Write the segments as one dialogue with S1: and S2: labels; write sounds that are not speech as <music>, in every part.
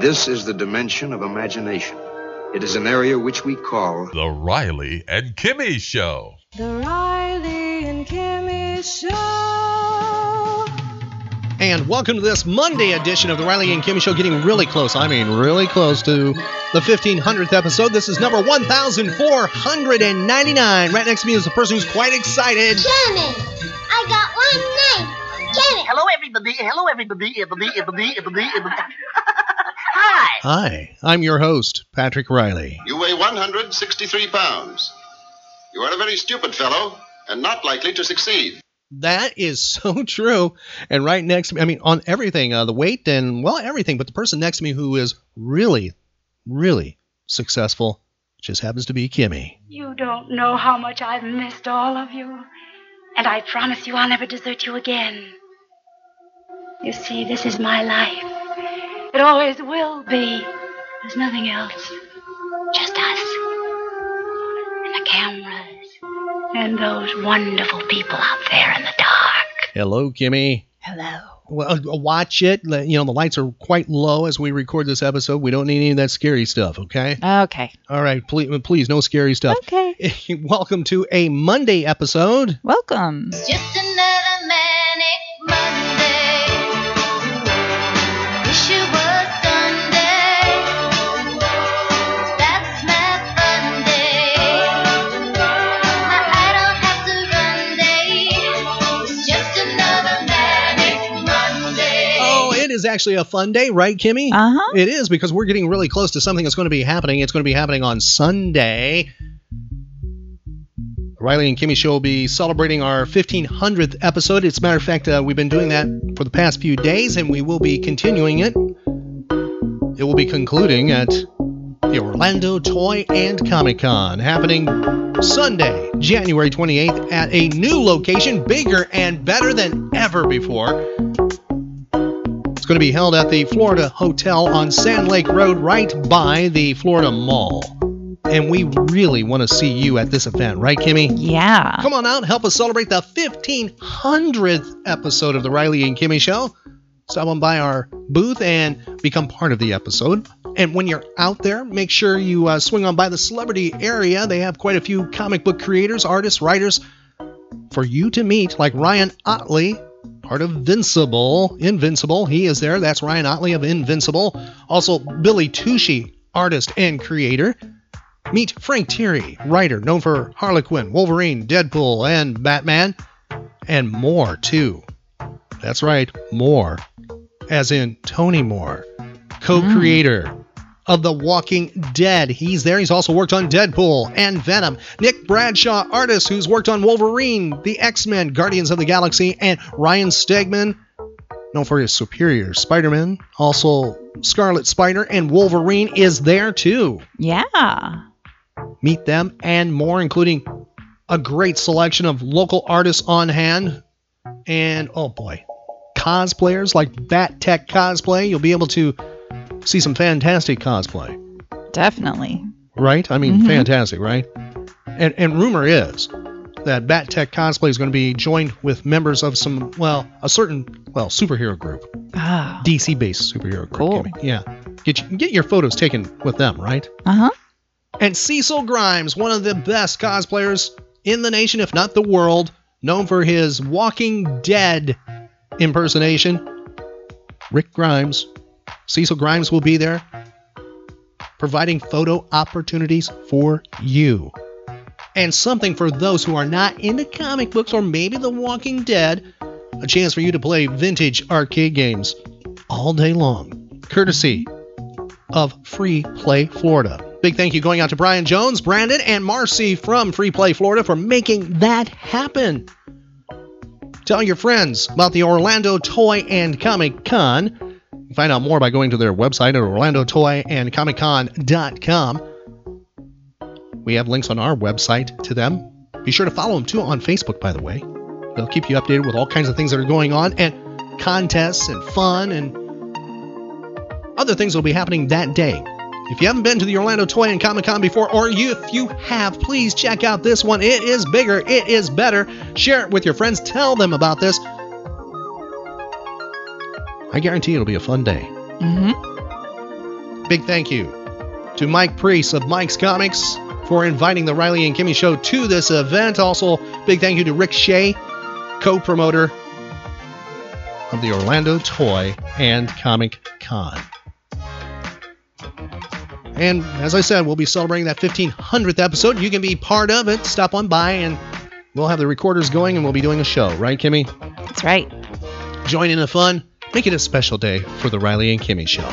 S1: This is the dimension of imagination. It is an area which we call
S2: The Riley and Kimmy Show.
S3: The Riley and Kimmy Show.
S4: And welcome to this Monday edition of the Riley and Kimmy Show. Getting really close. I mean, really close to the 1500th episode. This is number 1499. Right next to me is the person who's quite excited.
S5: Damn it! I got one name. Damn it!
S6: Hello, everybody. Hello, everybody. Everybody, everybody, everybody, everybody. Hi.
S4: Hi, I'm your host, Patrick Riley.
S7: You weigh 163 pounds. You are a very stupid fellow and not likely to succeed.
S4: That is so <laughs> true. And right next to me, I mean, on everything, uh, the weight and, well, everything, but the person next to me who is really, really successful just happens to be Kimmy.
S8: You don't know how much I've missed all of you. And I promise you I'll never desert you again. You see, this is my life. It always will be. There's nothing else. Just us. And the cameras. And those wonderful people out there in the dark.
S4: Hello, Kimmy.
S8: Hello.
S4: Well, uh, watch it. Let- You know, the lights are quite low as we record this episode. We don't need any of that scary stuff, okay?
S3: Okay.
S4: All right, please, please no scary stuff.
S3: Okay.
S4: <laughs> Welcome to a Monday episode.
S3: Welcome.
S5: It's just another manic Monday. Wish it was Sunday. That's my fun day. My I don't have to run day. It's just another manic Monday.
S4: Oh, it is actually a fun day, right, Kimmy?
S3: Uh huh.
S4: It is because we're getting really close to something that's going to be happening. It's going to be happening on Sunday. Riley and Kimmy Show will be celebrating our 1500th episode. As a matter of fact, uh, we've been doing that for the past few days, and we will be continuing it. It will be concluding at the Orlando Toy and Comic Con, happening Sunday, January 28th, at a new location, bigger and better than ever before. It's going to be held at the Florida Hotel on Sand Lake Road, right by the Florida Mall. And we really want to see you at this event, right, Kimmy?
S3: Yeah.
S4: Come on out, help us celebrate the 1500th episode of The Riley and Kimmy Show. Stop on by our booth and become part of the episode. And when you're out there, make sure you uh, swing on by the celebrity area. They have quite a few comic book creators, artists, writers for you to meet, like Ryan Otley, part of Invincible. Invincible, he is there. That's Ryan Otley of Invincible. Also, Billy Tushy, artist and creator. Meet Frank Tieri, writer known for Harlequin, Wolverine, Deadpool, and Batman, and more too. That's right, more. As in Tony Moore, co creator of The Walking Dead. He's there. He's also worked on Deadpool and Venom. Nick Bradshaw, artist who's worked on Wolverine, The X Men, Guardians of the Galaxy, and Ryan Stegman, known for his superior Spider Man. Also, Scarlet Spider and Wolverine is there too
S3: Yeah.
S4: meet them, and more, including a great selection of local artists on hand. And oh boy, cosplayers like Bat Tech Cosplay. You'll be able to see some fantastic cosplay,
S3: Definitely.
S4: right? I mean,
S3: Mhm.
S4: fantastic, right? And, and rumor is that Bat Tech Cosplay is going to be joined with members of some, well, a certain, well, superhero group,
S3: Ah.
S4: DC based superhero group.
S3: Cool.
S4: Kimmy. Yeah. Get, you, get your photos taken with them, right?
S3: Uh huh.
S4: And Cecil Grimes, one of the best cosplayers in the nation, if not the world, known for his Walking Dead impersonation. Rick Grimes. Cecil Grimes will be there providing photo opportunities for you. And something for those who are not into comic books or maybe The Walking Dead, a chance for you to play vintage arcade games all day long, courtesy of Free Play Florida. Big thank you going out to Brian Jones, Brandon, and Marcy from Free Play Florida for making that happen. Tell your friends about the Orlando Toy and Comic Con. Find out more by going to their website at orlandotoyandcomiccon.com. We have links on our website to them. Be sure to follow them too on Facebook, by the way. They'll keep you updated with all kinds of things that are going on and contests and fun and other things will be happening that day. If you haven't been to the Orlando Toy and Comic Con before, or you, if you have, please check out this one. It is bigger, it is better. Share it with your friends, tell them about this. I guarantee it'll be a fun day.
S3: Mm hmm.
S4: Big thank you to Mike Priest of Mike's Comics for inviting the Riley and Kimmy Show to this event. Also, big thank you to Rick Shea, co promoter of the Orlando Toy and Comic Con. And as I said, we'll be celebrating that 1500th episode. You can be part of it. Stop on by and we'll have the recorders going and we'll be doing a show, right, Kimmy?
S3: That's right.
S4: Join in the fun. Make it a special day for the Riley and Kimmy Show.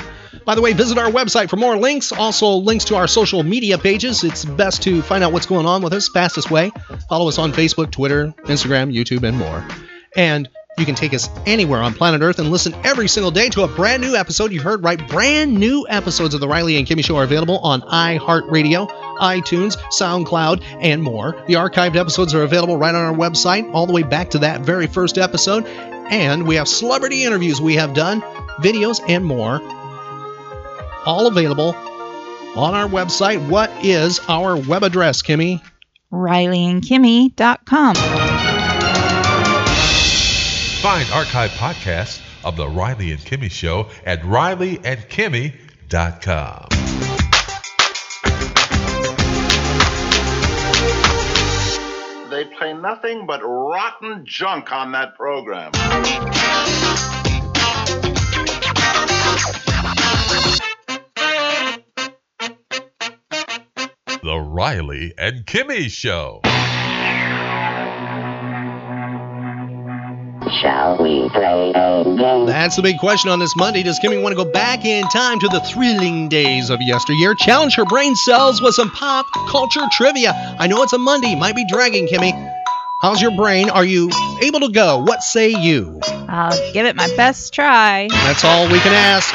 S4: By the way, visit our website for more links, also links to our social media pages. It's best to find out what's going on with us, fastest way. Follow us on Facebook, Twitter, Instagram, YouTube, and more. And you can take us anywhere on planet Earth and listen every single day to a brand new episode. You heard right, brand new episodes of The Riley and Kimmy Show are available on iHeartRadio, iTunes, SoundCloud, and more. The archived episodes are available right on our website, all the way back to that very first episode. And we have celebrity interviews we have done, videos, and more. All available on our website. What is our web address, Kimmy?
S3: RileyandKimmy.com.
S2: Find archive podcasts of The Riley and Kimmy Show at RileyandKimmy.com.
S7: They play nothing but rotten junk on that program.
S2: The Riley and Kimmy Show.
S9: Shall we play a game?
S4: That's the big question on this Monday. Does Kimmy want to go back in time to the thrilling days of yesteryear? Challenge her brain cells with some pop culture trivia. I know it's a Monday, might be dragging, Kimmy. How's your brain? Are you able to go? What say you?
S3: I'll give it my best try.
S4: That's all we can ask.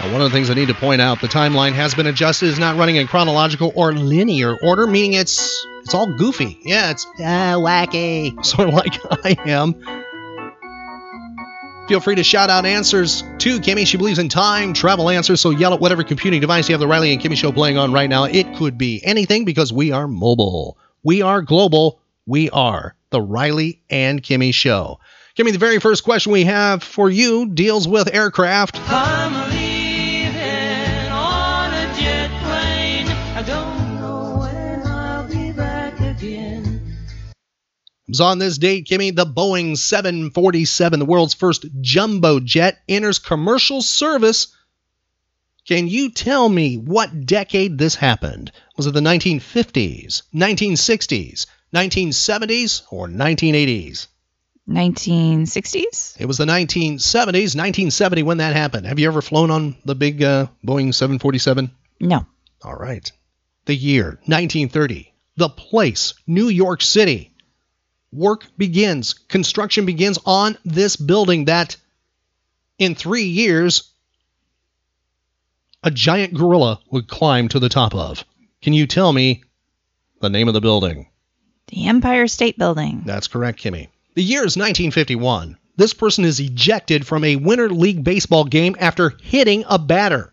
S4: Now, one of the things I need to point out: the timeline has been adjusted. It's not running in chronological or linear order, meaning it's it's all goofy. Yeah, it's uh, <laughs> wacky, sort of like I am. Feel free to shout out answers to Kimmy. She believes in time travel answers, so yell at whatever computing device you have the Riley and Kimmy show playing on right now. It could be anything because we are mobile, we are global, we are the Riley and Kimmy show. Kimmy, the very first question we have for you deals with aircraft.
S10: I'm leaving on a jet plane. I don't know when I'll be back again.
S4: was on this date, Kimmy, the Boeing 747, the world's first jumbo jet, enters commercial service. Can you tell me what decade this happened? Was it the 1950s, 1960s, 1970s, or 1980s?
S3: 1960s?
S4: It was the 1970s, 1970 when that happened. Have you ever flown on the big uh, Boeing 747?
S3: No.
S4: All right. The year 1930. The place, New York City. Work begins, construction begins on this building that in three years a giant gorilla would climb to the top of. Can you tell me the name of the building?
S3: The Empire State Building.
S4: That's correct, Kimmy. The year is 1951. This person is ejected from a Winter League baseball game after hitting a batter.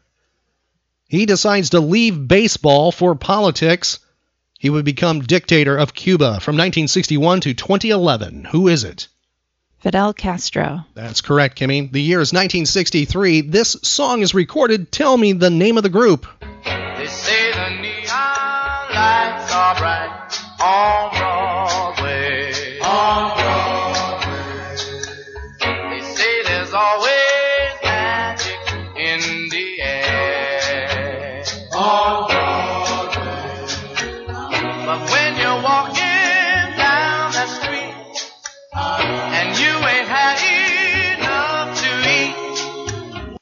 S4: He decides to leave baseball for politics. He would become dictator of Cuba from 1961 to 2011. Who is it?
S3: Fidel Castro.
S4: That's correct, Kimmy. The year is 1963. This song is recorded. Tell me the name of the group.
S10: They say the neon lights are bright on Broadway. On Broadway. They say there's always magic in the air. On Broadway. But when you're walking down that street and you ain't had enough to eat.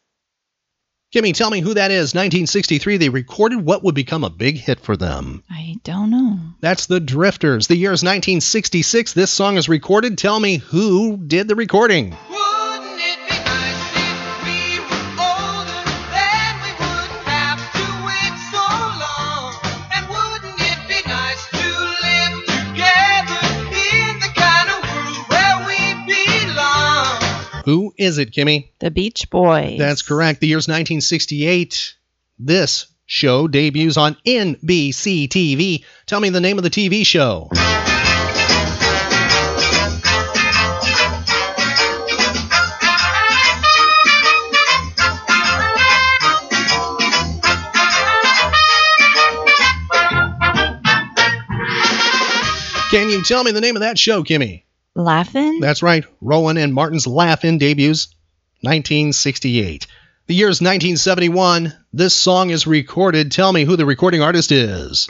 S4: Kimmy, tell me who that is. 1963. They recorded what would become a big hit for them.
S3: I don't know.
S4: That's the Drifters. The year is 1966. This song is recorded. Tell me who did the recording.
S10: Wouldn't it be nice if we were older? Then we wouldn't have to wait so long. And wouldn't it be nice to live together in the kind of world where we belong?
S4: Who is it, Kimmy?
S3: The Beach Boys.
S4: That's correct. The year's 1968. This show debuts on NBC TV. Tell me the name of the TV show.
S5: Thank you.
S4: Can you tell me the name of that show, Kimmy?
S3: Laughing?
S4: That's right. Rowan and Martin's Laugh-In debuts 1968. The year is 1971. This song is recorded. Tell me who the recording artist is.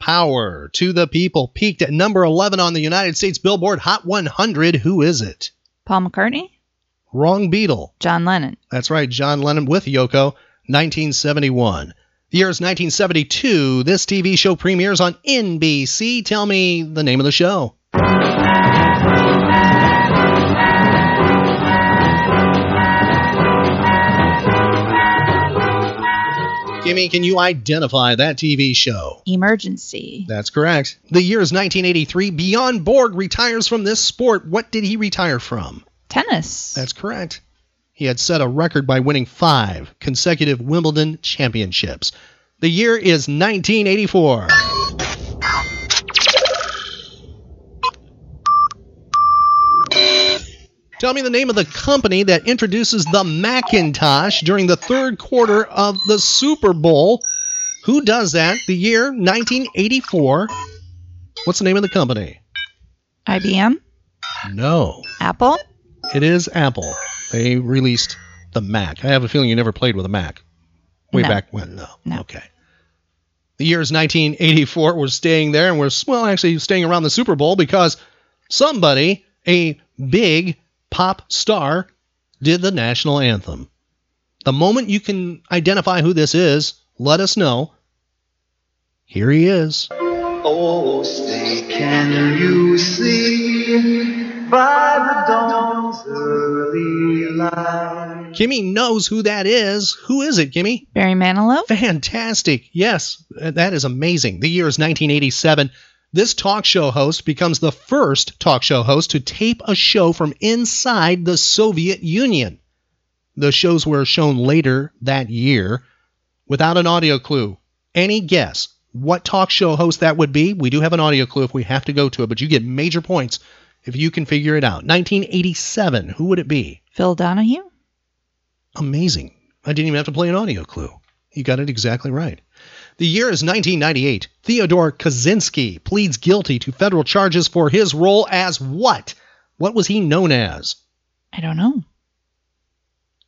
S4: Power to the People peaked at number 11 on the United States Billboard Hot 100. Who is it?
S3: Paul McCartney?
S4: Wrong Beetle.
S3: John Lennon?
S4: That's right, John Lennon with Yoko, 1971. The year is 1972. This TV show premieres on NBC. Tell me the name of the show. Kimmy, can you identify that TV show?
S3: Emergency?
S4: That's correct. The year is 1983. Beyond Borg retires from this sport. What did he retire from?
S3: Tennis?
S4: That's correct. He had set a record by winning five consecutive Wimbledon championships. The year is 1984. Tell me the name of the company that introduces the Macintosh during the third quarter of the Super Bowl. Who does that? The year 1984. What's the name of the company?
S3: IBM?
S4: No.
S3: Apple?
S4: It is Apple. They released the Mac. I have a feeling you never played with a Mac. Way
S3: No.
S4: back when, no.
S3: No.
S4: Okay. The year is 1984. We're staying there, and we're well, actually staying around the Super Bowl because somebody, a big pop star, did the national anthem. The moment you can identify who this is, let us know. Here he is.
S10: Oh, say, can you see by the dawn's early light?
S4: Kimmy knows who that is. Who is it, Kimmy?
S3: Barry Manilow?
S4: Fantastic. Yes, that is amazing. The year is 1987. This talk show host becomes the first talk show host to tape a show from inside the Soviet Union. The shows were shown later that year without an audio clue. Any guess what talk show host that would be? We do have an audio clue if we have to go to it, but you get major points if you can figure it out. 1987, who would it be?
S3: Phil Donahue?
S4: Amazing. I didn't even have to play an audio clue. You got it exactly right. The year is 1998. Theodore Kaczynski pleads guilty to federal charges for his role as what? What was he known as?
S3: I don't know.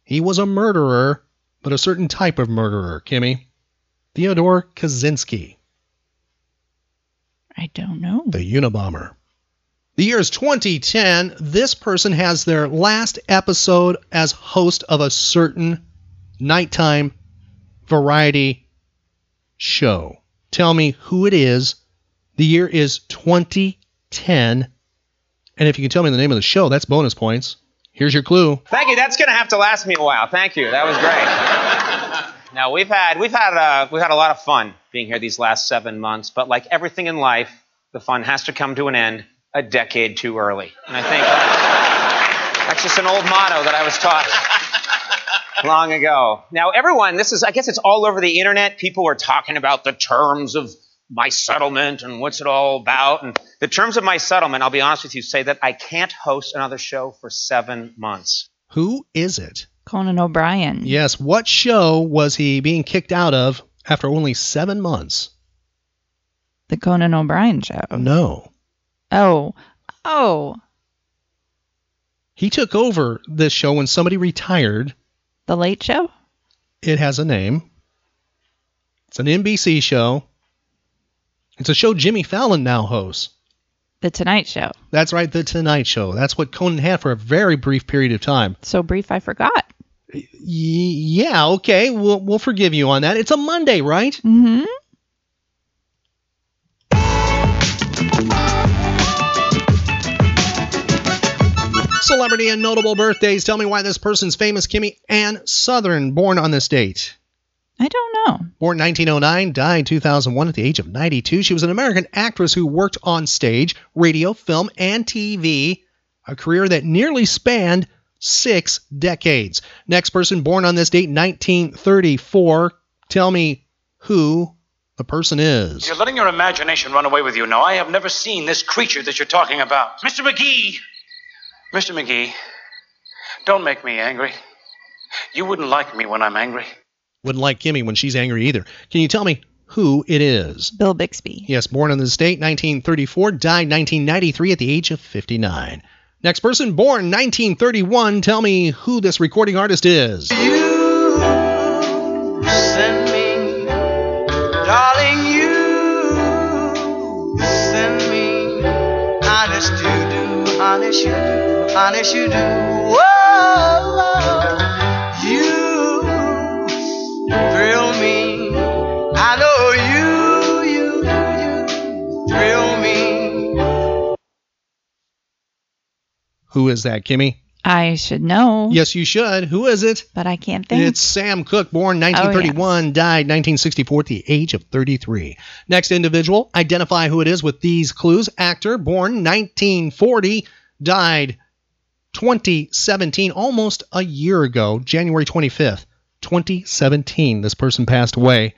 S4: He was a murderer, but a certain type of murderer, Kimmy. Theodore Kaczynski,
S3: I don't know.
S4: the Unabomber. The year is 2010. This person has their last episode as host of a certain nighttime variety show. Tell me who it is. The year is 2010. And if you can tell me the name of the show, that's bonus points. Here's your clue.
S11: Thank you. That's gonna have to last me a while. Thank you. That was great. now we've had we've had uh, we've had a lot of fun being here these last seven months, but like everything in life, the fun has to come to an end a decade too early. And I think that's just an old motto that I was taught long ago. Now everyone, this is I guess it's all over the internet. People are talking about the terms of my settlement and what's it all about. And the terms of my settlement, I'll be honest with you, say that I can't host another show for seven months.
S4: Who is it?
S3: Conan O'Brien?
S4: Yes, what show was he being kicked out of after only seven months?
S3: The Conan O'Brien show?
S4: No.
S3: Oh. Oh.
S4: He took over this show when somebody retired.
S3: The Late Show?
S4: It has a name. It's an NBC show. It's a show Jimmy Fallon now hosts.
S3: The Tonight Show?
S4: That's right, The Tonight Show. That's what Conan had for a very brief period of time.
S3: So brief I forgot.
S4: Y- yeah, okay, we'll, we'll forgive you on that. It's a Monday, right?
S3: Mm-hmm.
S4: Celebrity and notable birthdays. Tell me why this person's famous, Kimmy Ann Southern, born on this date.
S3: I don't know.
S4: Born 1909, died 2001 at the age of 92. She was an American actress who worked on stage, radio, film, and TV, a career that nearly spanned six decades. Next person born on this date, 1934, Tell me who the person is.
S12: You're letting your imagination run away with you now. I have never seen this creature that you're talking about. Mr. McGee! Mr. McGee, don't make me angry. You wouldn't like me when I'm angry.
S4: Wouldn't like Kimmy when she's angry either. Can you tell me who it is?
S3: Bill Bixby.
S4: Yes, born on this date, 1934, died 1993 at the age of 59. Next person, born 1931. Tell me who this recording artist is.
S10: Send me, darling, you send me. Honest you do, honest you do, honest you do. Whoa, you thrill me. I know you, you, you thrill me.
S4: Who is that, Kimmy?
S3: I should know,
S4: Yes, you should. Who is it?
S3: but I can't think.
S4: It's Sam Cooke, born 1931, died 1964 at the age of 33. Next individual, identify who it is with these clues. Actor, born 1940, died 2017, almost a year ago, January 25th, 2017. This person passed away.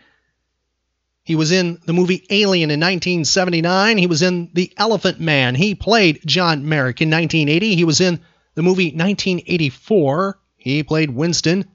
S4: He was in the movie Alien in 1979. He was in The Elephant Man. He played John Merrick in 1980. He was in the movie 1984. He played Winston.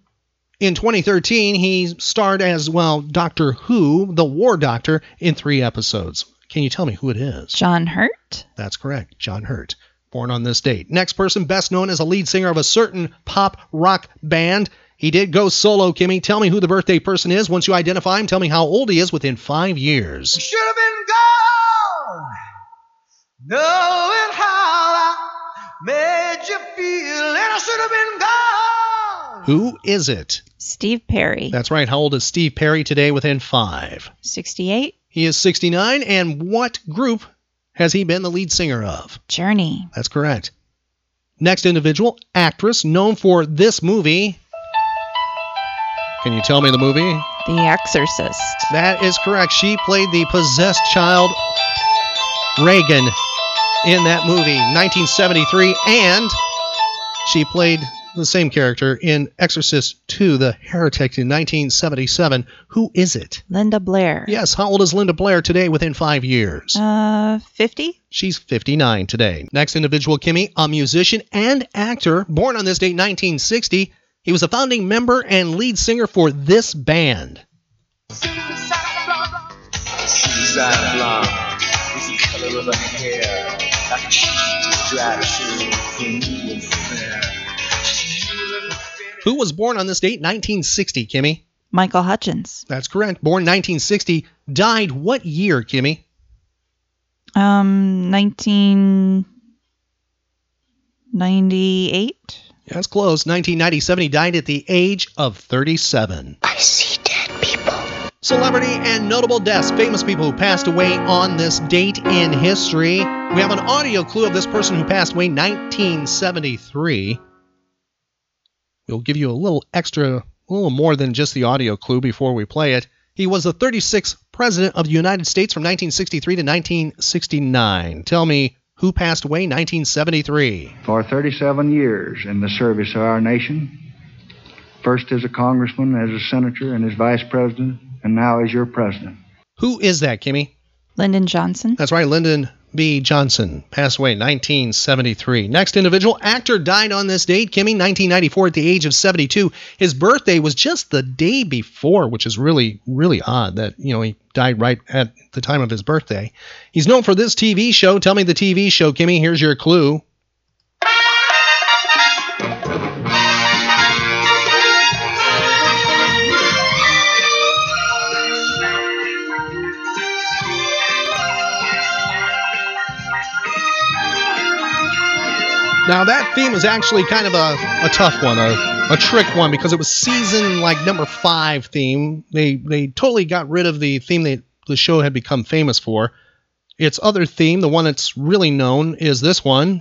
S4: In 2013, he starred as, well, Doctor Who, the War Doctor, in three episodes. Can you tell me who it is?
S3: John Hurt?
S4: That's correct, John Hurt. Born on this date. Next person, best known as a lead singer of a certain pop rock band. He did go solo, Kimmy. Tell me who the birthday person is. Once you identify him, tell me how old he is within five years.
S10: Should have been gone, knowing how I made you feel, and I should have been gone.
S4: Who is it?
S3: Steve Perry.
S4: That's right. How old is Steve Perry today within five?
S3: 68?
S4: He is 69. And what group has he been the lead singer of?
S3: Journey.
S4: That's correct. Next individual, actress known for this movie. Can you tell me the movie?
S3: The Exorcist.
S4: That is correct. She played the possessed child Reagan in that movie, 1973, and she played the same character in Exorcist II: The Heretic in 1977. Who is it?
S3: Linda Blair.
S4: Yes, how old is Linda Blair today within five years?
S3: Uh, 50?
S4: She's 59 today. Next individual, Kimmy, a musician and actor, born on this date, 1960. He was a founding member and lead singer for this band.
S10: Seaside blonde, is the color of her hair, like a cheese dragon from New and fair.
S4: Who was born on this date, 1960, Kimmy?
S3: Michael Hutchins.
S4: That's correct. Born 1960, died what year, Kimmy?
S3: Um, 1998?
S4: Yeah, That's close. 1997, he died at the age of 37. I see dead people. Celebrity and notable deaths, famous people who passed away on this date in history. We have an audio clue of this person who passed away 1973. We'll give you a little extra, a little more than just the audio clue before we play it. He was the 36th President of the United States from 1963 to 1969. Tell me who passed away 1973.
S13: for 37 years in the service of our nation, first as a congressman, as a senator, and as vice president, and now as your president.
S4: Who is that, Kimmy?
S3: Lyndon Johnson?
S4: That's right, Lyndon B. Johnson passed away 1973. Next individual actor died on this date, Kimmy, 1994 at the age of 72. His birthday was just the day before, which is really really odd that you know he died right at the time of his birthday. He's known for this TV show. Tell me the TV show, Kimmy. Here's your clue. Now that theme is actually kind of a, a tough one, a, a trick one, because it was season like number five theme. They they totally got rid of the theme that the show had become famous for. Its other theme, the one that's really known, is this one.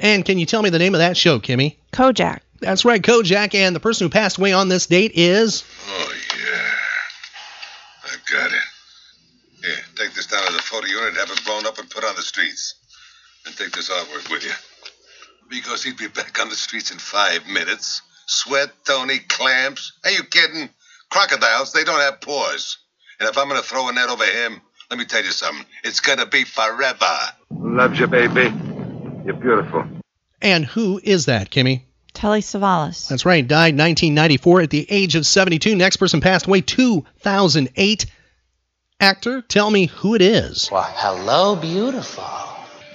S4: And can you tell me the name of that show, Kimmy?
S3: Kojak.
S4: That's right, Kojak, and the person who passed away on this date is
S14: Oh, yeah. I've got it. Here, take this down as a photo unit, have it blown up and put on the streets. And take this artwork with you. Because he'd be back on the streets in five minutes, sweat, Tony, clamps. Are you kidding? Crocodiles, they don't have paws. And if I'm going to throw a net over him, let me tell you something. It's going to be forever.
S15: Love you, baby. You're beautiful.
S4: And who is that, Kimmy?
S3: Telly Savalas.
S4: That's right. Died 1994 at the age of 72. Next person passed away 2008. Actor, tell me who it is.
S16: Well, hello, beautiful.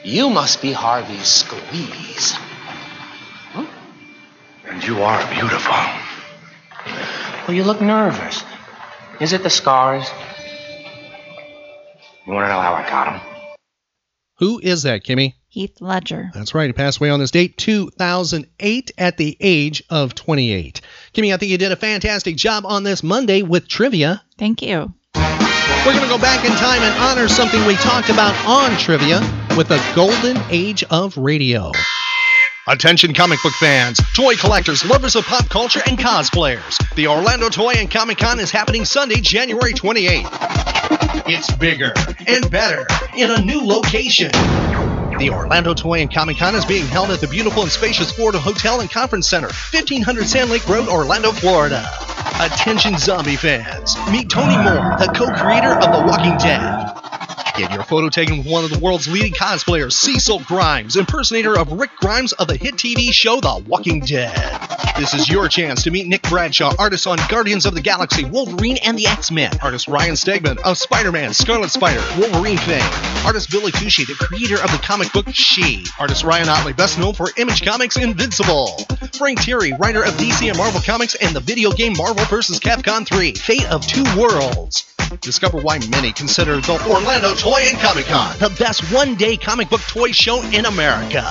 S16: You must be Harvey Squeeze. And you are beautiful. Well, you look nervous. Is it the scars? You want to know how I got them?
S4: Who is that, Kimmy?
S3: Heath Ledger.
S4: That's right. He passed away on this date, 2008, at the age of 28. Kimmy, I think you did a fantastic job on this Monday with trivia.
S3: Thank you.
S4: We're going to go back in time and honor something we talked about on trivia with the golden age of radio. Attention comic book fans, toy collectors, lovers of pop culture, and cosplayers. The Orlando Toy and Comic Con is happening Sunday, January 28th. It's bigger and better in a new location. The Orlando Toy and Comic Con is being held at the beautiful and spacious Florida Hotel and Conference Center, 1500 Sand Lake Road, Orlando, Florida. Attention, zombie fans! Meet Tony Moore, the co creator of The Walking Dead. Get your photo taken with one of the world's leading cosplayers, Cecil Grimes, impersonator of Rick Grimes of the hit TV show The Walking Dead. This is your chance to meet Nick Bradshaw, artist on Guardians of the Galaxy, Wolverine, and the X Men. Artist Ryan Stegman of Spider Man, Scarlet Spider, Wolverine Thing. Artist Billy Tushy, the creator of the comic book She. Artist Ryan Otley, best known for Image Comics Invincible. Frank Terry, writer of DC and Marvel Comics and the video game Marvel vs. Capcom 3 Fate of Two Worlds. Discover why many consider the Orlando Toy and Comic Con the best one day comic book toy show in America.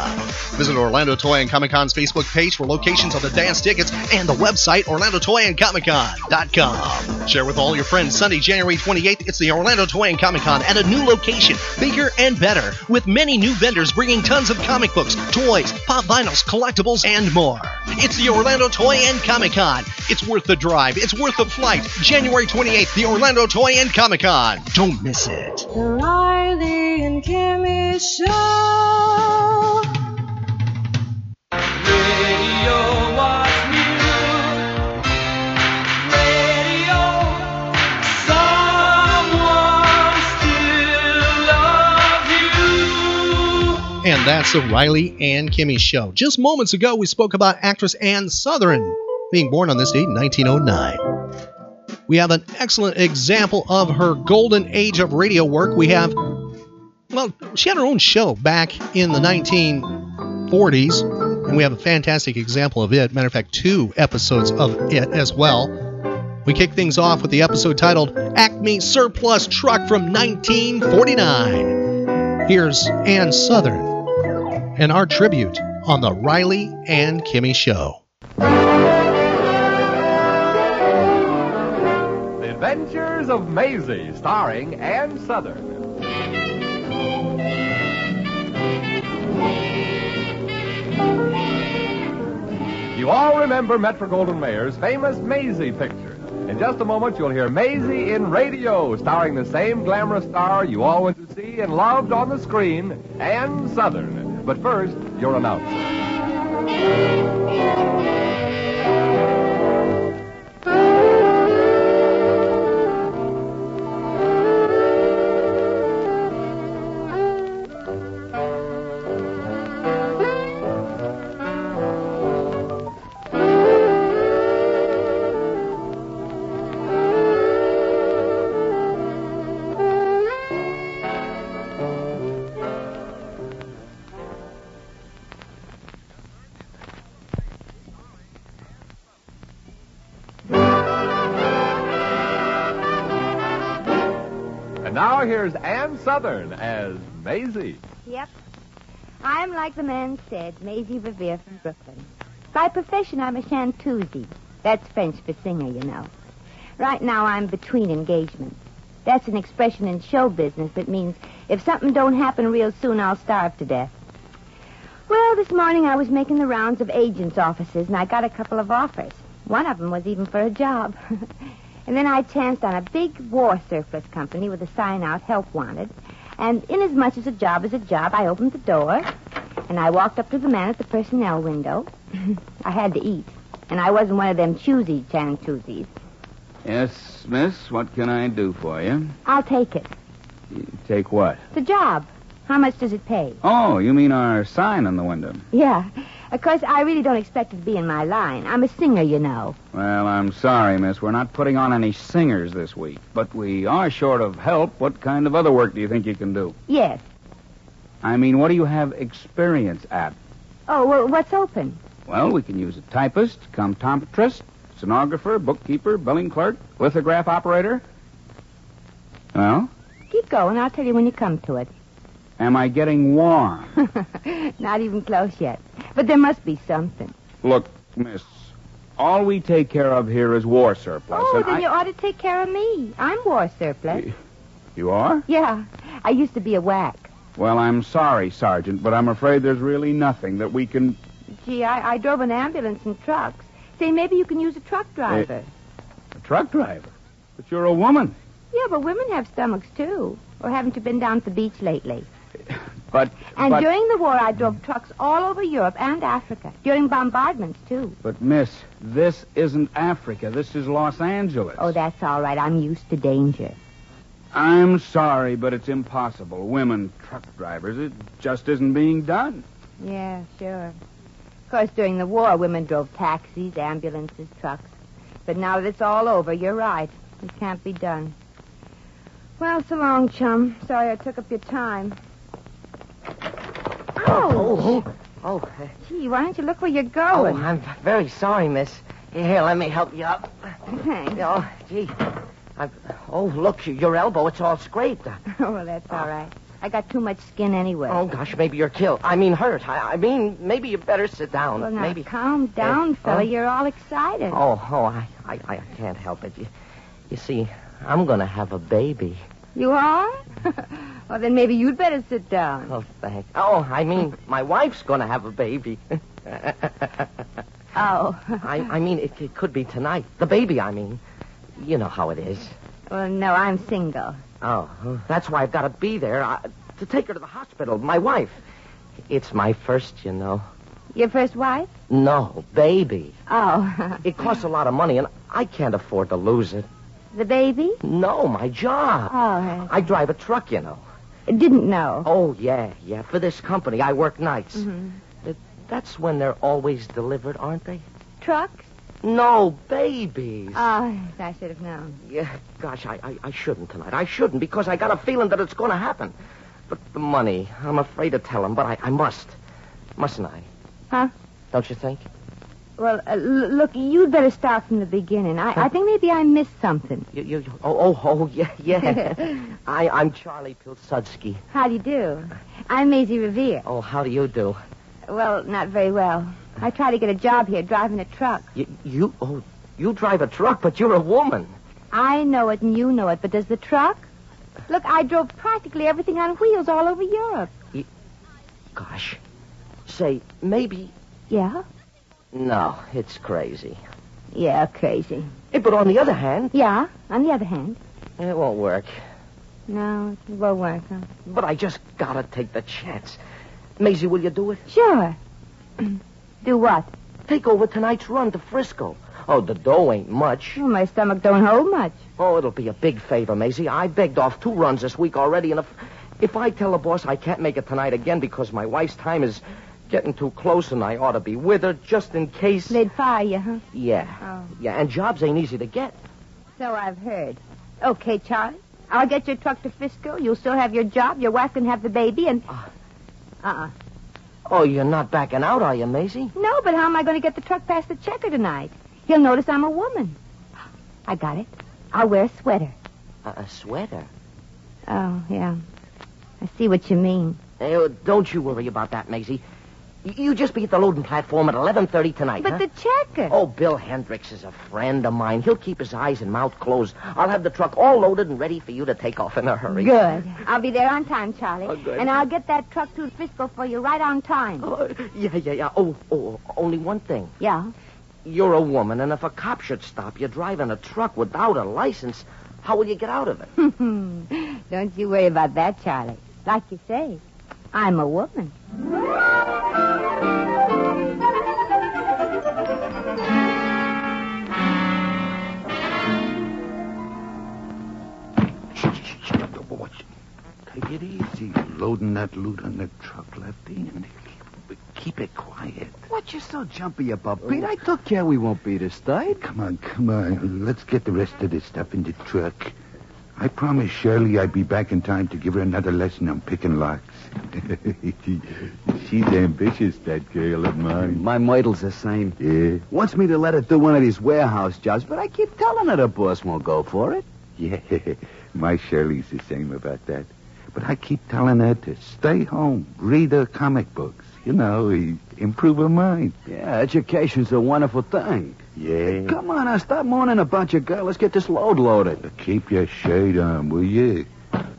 S4: Visit Orlando Toy and Comic Con's Facebook page for locations of the dance tickets and the website orlandotoyandcomiccon.com. Share with all your friends Sunday, January 28th. It's the Orlando Toy and Comic Con at a new location, bigger and better, with many new vendors bringing tons of comic books, toys, pop vinyls, collectibles, and more. It's the Orlando Toy and Comic Con. It's worth the drive, it's worth the flight. January 28th, the Orlando Toy and Comic Con. Don't miss it.
S10: The Riley and Kimmy Show. Radio was new. Radio. Someone still loves you.
S4: And that's the Riley and Kimmy Show. Just moments ago, we spoke about actress Anne Southern being born on this date in 1909. We have an excellent example of her golden age of radio work. We have, well, she had her own show back in the 1940s, and we have a fantastic example of it. Matter of fact, two episodes of it as well. We kick things off with the episode titled Acme Surplus Truck from 1949. Here's Ann Southern and our tribute on the Riley and Kimmy Show.
S17: The Adventures of Maisie, starring Ann Southern. You all remember Metro Golden Mayer's famous Maisie picture. In just a moment, you'll hear Maisie in radio, starring the same glamorous star you all went to see and loved on the screen, Ann Southern. But first, your announcer. And now here's Ann Southern as Maisie.
S18: Yep. I'm like the man said, Maisie Revere from Brooklyn. By profession, I'm a chanteuse. That's French for singer, you know. Right now, I'm between engagements. That's an expression in show business that means if something don't happen real soon, I'll starve to death. Well, this morning I was making the rounds of agents' offices, and I got a couple of offers. One of them was even for a job. <laughs> and then I chanced on a big war surplus company with a sign out, help wanted. And inasmuch as a job is a job, I opened the door, and <laughs> I walked up to the man at the personnel window. I had to eat. And I wasn't one of them choosy chantoosies.
S19: Yes, miss, what can I do for you?
S18: I'll take it.
S19: Take what?
S18: The job. How much does it pay? <laughs>
S19: Oh, you mean our sign on the window.
S18: Yeah. Of course, I really don't expect it to be in my line. I'm a singer, you know.
S19: Well, I'm sorry, miss. We're not putting on any singers this week, but we are short of help. What kind of other work do you think you can do?
S18: Yes.
S19: I mean, what do you have experience at?
S18: Oh, well, what's open?
S19: Well, we can use a typist, comptometrist, stenographer, bookkeeper, billing clerk, lithograph operator. Well,
S18: Keep going. I'll tell you when you come to it. <laughs>
S19: am I getting warm?
S18: Not even close yet. But there must be something.
S19: Look, miss, all we take care of here is war surplus.
S18: Oh,
S19: and
S18: then
S19: I-
S18: you ought to take care of me. I'm war surplus.
S19: You are?
S18: Yeah. I used to be a whack.
S19: Well, I'm sorry, Sergeant, but I'm afraid there's really nothing that we can. eh,
S18: Gee, I, I drove an ambulance and trucks. Say, maybe you can use a truck
S19: Eh.
S18: driver.
S19: A truck driver? But you're a woman.
S18: Yeah, but women have stomachs, too. Or haven't you been down to the beach lately?
S19: But.
S18: And
S19: but,
S18: during the war, I drove trucks all over Europe and Africa. During bombardments, too.
S19: But, miss, this isn't Africa. This is Los Angeles.
S18: Oh, that's all right. I'm used to danger.
S19: I'm sorry, but it's impossible. Women truck drivers, it just isn't being done.
S18: Yeah, sure. Of course, during the war, women drove taxis, ambulances, trucks. But now that it's all over, you're right. It can't be done. Well, so long, chum. Sorry I took up your time. Oh, oh,
S20: Oh, uh,
S18: gee, why don't you look where you're
S20: oh,
S18: going?
S20: I'm very sorry, miss. Here, let me help you up.
S18: Thanks.
S20: Oh, gee. I, oh, look, your elbow, it's all scraped.
S18: <laughs> Oh, well, that's all right. I got too much skin anyway.
S20: Oh, gosh, maybe you're killed. I mean, hurt. I, I mean, maybe you better sit down.
S18: Well, now,
S20: maybe.
S18: calm down,
S20: Uh,
S18: fella.
S20: oh.
S18: You're all excited.
S20: Oh, oh, I, I, I can't help it. You, you see, I'm going to have a baby.
S18: You are? <laughs> well, then maybe you'd better sit down.
S20: Oh, thank. Oh, I mean, my wife's going to have a baby.
S18: <laughs> Oh.
S20: <laughs> I, I mean, it, it could be tonight. The baby, I mean. You know how it is.
S18: Well, no, I'm single.
S20: Oh, that's why I've got to be there I, to take her to the hospital. My wife. It's my first, you know.
S18: Your first wife?
S20: No, baby.
S18: Oh,
S20: It costs a lot of money, and I can't afford to lose it.
S18: the baby?
S20: No, my job.
S18: Oh,
S20: I drive a truck, you know.
S18: Didn't know.
S20: Oh, yeah, yeah. For this company, I work nights.
S18: Mm-hmm.
S20: Th- That's when they're always delivered, aren't they?
S18: Trucks?
S20: No, babies.
S18: Oh, I should have known.
S20: Yeah, gosh, I, I, I shouldn't tonight. I shouldn't because I got a feeling that it's going to happen. But the money, I'm afraid to tell him, but I, I must. Mustn't I?
S18: Huh?
S20: Don't you think?
S18: Well, uh, l- look, you'd better start from the beginning. I, I think maybe I missed something.
S20: You, you, you- oh, oh, oh, yeah, yeah. <laughs> I, I'm Charlie Pilsudski.
S18: <laughs> How do you do? I'm Maisie Revere.
S20: Oh, how do you do?
S18: Well, not very well. I try to get a job here driving a truck.
S20: You, you, oh, you drive a truck, but you're a woman.
S18: I know it and you know it, but does the truck? Look, I drove practically everything on wheels all over Europe.
S20: Gosh. Say, maybe.
S18: Yeah?
S20: No, it's crazy.
S18: Yeah, crazy.
S20: Hey, but on the other hand,
S18: Yeah, on the other hand.
S20: it won't work.
S18: No, it won't work. huh?
S20: But I just gotta take the chance. Maisie, will you do it?
S18: Sure. <clears throat> do what?
S20: Take over tonight's run to Frisco. Oh, the dough ain't much.
S18: Well, my stomach don't hold much.
S20: Oh, it'll be a big favor, Maisie. I begged off two runs this week already, and if, if I tell the boss I can't make it tonight again because my wife's time is getting too close and I ought to be with her just in case.
S18: They'd fire you, huh?
S20: Yeah.
S18: Oh.
S20: Yeah, and jobs ain't easy to get.
S18: So I've heard. Okay, Charlie. I'll get your truck to Frisco. You'll still have your job. Your wife can have the baby, and.
S20: Ah.
S18: Uh-uh.
S20: Oh, you're not backing out, are you, Maisie?
S18: No, but how am I going to get the truck past the checker tonight? He'll notice I'm a woman. I got it. I'll wear a sweater.
S20: A, a sweater.
S18: Oh, yeah. I see what you mean.
S20: Hey, oh, don't you worry about that, Maisie. Y- You just be at the loading platform at 11.30 tonight,
S18: But
S20: huh?
S18: the checker.
S20: Oh, Bill Hendricks is a friend of mine. He'll keep his eyes and mouth closed. I'll have the truck all loaded and ready for you to take off in a hurry.
S18: Good. I'll be there on time, Charlie.
S20: Oh, good.
S18: And I'll get that truck to Frisco for you right on time.
S20: Oh, yeah, yeah, yeah. Oh, oh, only one thing.
S18: Yeah. <laughs>
S20: You're a woman, and if a cop should stop you driving a truck without a license, how will you get out
S18: <laughs>
S20: of it?
S18: Don't you worry about that, Charlie. Like you say, I'm a woman.
S5: Thank
S21: Take it easy. Loading that loot on the truck, Lefty, and keep, keep it quiet.
S22: What, you're so jumpy about,
S21: Pete? I
S22: took care we won't be this tight.
S21: Come on, come on. Let's get the rest of this stuff in the truck. I promised Shirley I'd be back in time to give her another lesson on picking locks. <laughs>
S22: She's ambitious, that girl of mine. My model's the same. Yeah. Wants me to let her do one of these warehouse jobs, but I keep telling her the boss won't go for it.
S21: Yeah, <laughs> my Shirley's the same about that. But I keep telling her to stay home, read her comic books. You know, eh, improve her mind.
S22: Yeah, education's a wonderful thing.
S21: Yeah.
S22: Come on, now, stop moaning about your girl. Let's get this load loaded.
S21: Keep your shade on, will you?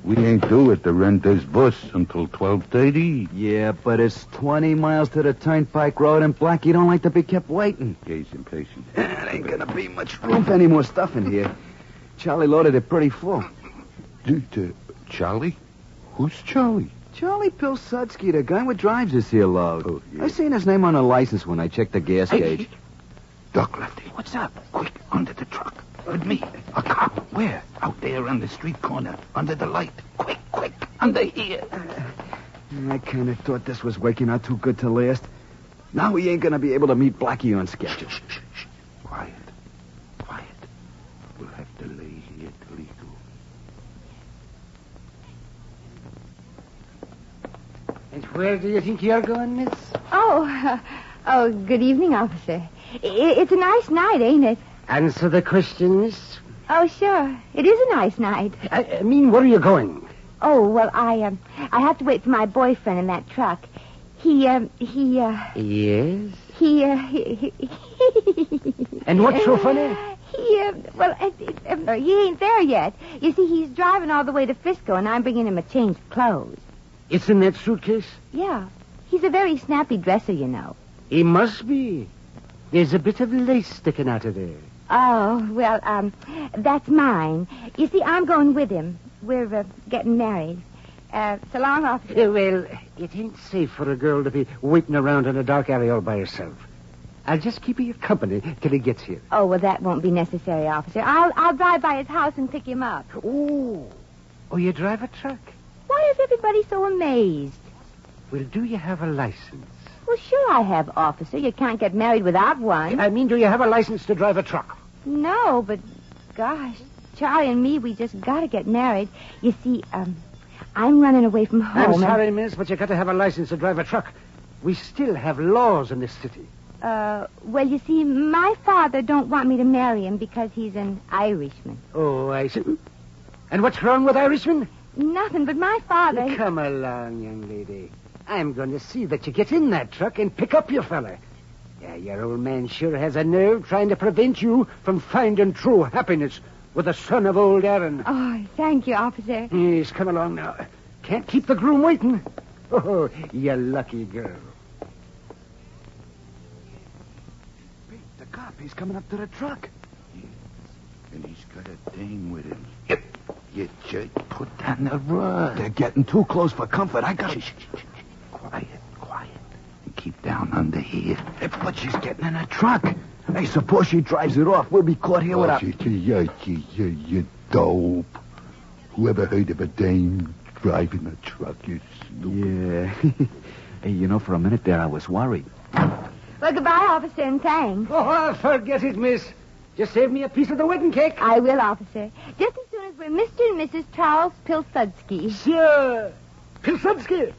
S21: We ain't due at the renter's bus until 12.30.
S22: Yeah, but it's 20 miles to the Turnpike Road, and Blackie don't like to be kept waiting.
S21: He's impatient.
S22: There ain't gonna be much room for any more stuff in here. Charlie loaded it pretty full.
S21: Charlie? Who's Charlie?
S22: Charlie Pilsudski, the guy who drives this here load.
S21: Oh,
S22: I seen his name on a license when I checked the gas
S21: Hey,
S22: gauge.
S21: Duck, Lefty. What's up? Quick, under the truck. With me. A cop. Where? Out there on the street corner, under the light. Quick, quick, under here.
S22: I kind of thought this was working out too good to last. Now we ain't gonna be able to meet Blackie on schedule.
S21: Quiet. Quiet. We'll have to lay here till he goes.
S23: And where do you think you're going, miss?
S18: Oh, <laughs> oh, good evening, officer. I- it's a nice night, ain't it?
S23: Answer the question, miss.
S18: Oh, sure. It is a nice night.
S23: I, I mean, where are you going?
S18: Oh, well, I, um, I have to wait for my boyfriend in that truck. He, um, he, uh,
S23: Yes.
S18: he, uh, he, he-
S23: And what's so funny?
S18: He, um, well, uh, uh, he ain't there yet. You see, he's driving all the way to Frisco, and I'm bringing him a change of clothes.
S23: It's in that suitcase?
S18: Yeah. He's a very snappy dresser, you know.
S23: It must be. There's a bit of lace sticking out of there.
S18: Oh, well, um, that's mine. You see, I'm going with him. We're uh, getting married. Uh, so long, officer.
S23: Uh, <laughs> well, it ain't safe for a girl to be waiting around in a dark alley all by herself. I'll just keep you company till he gets here.
S18: Oh, well, that won't be necessary, officer. I'll, I'll drive by his house and pick him up.
S23: Ooh. Oh, you drive a truck?
S18: Why is everybody so amazed?
S23: Well, do you have a license?
S18: Well, sure I have, officer. You can't get married without one.
S23: I mean, do you have a license to drive a truck?
S18: No, but gosh, Charlie and me, we just got to get married. You see, um, I'm running away from home.
S23: I'm
S18: and-
S23: sorry, miss, but you got to have a license to drive a truck. We still have laws in this city.
S18: Uh, well, you see, my father don't want me to marry him because he's an Irishman.
S23: Oh, I see. And what's wrong with Irishmen?
S18: Nothing, but my father. he-
S23: Come along, young lady. I'm going to see that you get in that truck and pick up your fella. Yeah, your old man sure has a nerve trying to prevent you from finding true happiness with the son of old Aaron.
S18: Oh, thank you, officer.
S23: Yes, come along now. Can't keep the groom waiting. Oh, you lucky girl.
S22: The cop, he's coming up to the truck.
S21: And he's got a dame with him. Yep. You just put down the rod. They're getting too close for comfort. I got... Shh, shh, shh, shh. Quiet, quiet. And keep down under here.
S22: But she's getting in a truck. Hey, suppose she drives it off. We'll be caught
S16: Oh,
S22: here without.
S21: you, you, you, you, you dope. Whoever heard of a dame driving a truck, you
S22: Yeah. <laughs> hey, you know, for a minute there, I was worried.
S18: Well, goodbye, officer, and thanks.
S23: Oh, forget it, miss. Just save me a piece of the wedding cake.
S18: I will, officer. Just as soon as we're Mr. and Mrs. Charles Pilsudski.
S23: Sure. Pilsudski.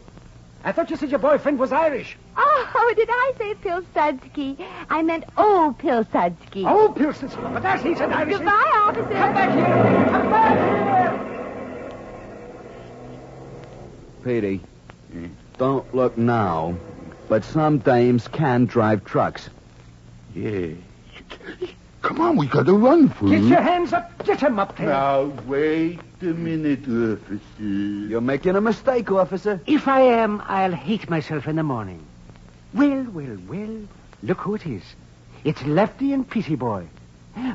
S23: I thought you said your boyfriend was Irish.
S18: Oh, did I say Pilsudski? I meant old Pilsudski.
S23: Oh, Pilsudski. But that's he's an Irish.
S18: Goodbye, officer. Come back
S23: here. Come back here.
S22: Petey,
S21: Mm-hmm.
S22: don't look now, but some dames can drive trucks.
S21: Yeah. Come on, we gotta run for
S23: Get
S21: it.
S23: your hands up. Get him up there.
S21: Now, wait a minute, officer. You're
S22: making a mistake, officer.
S23: If I am, I'll hate myself in the morning. Well, well, well. Look who it is. It's Lefty and Petey Boy.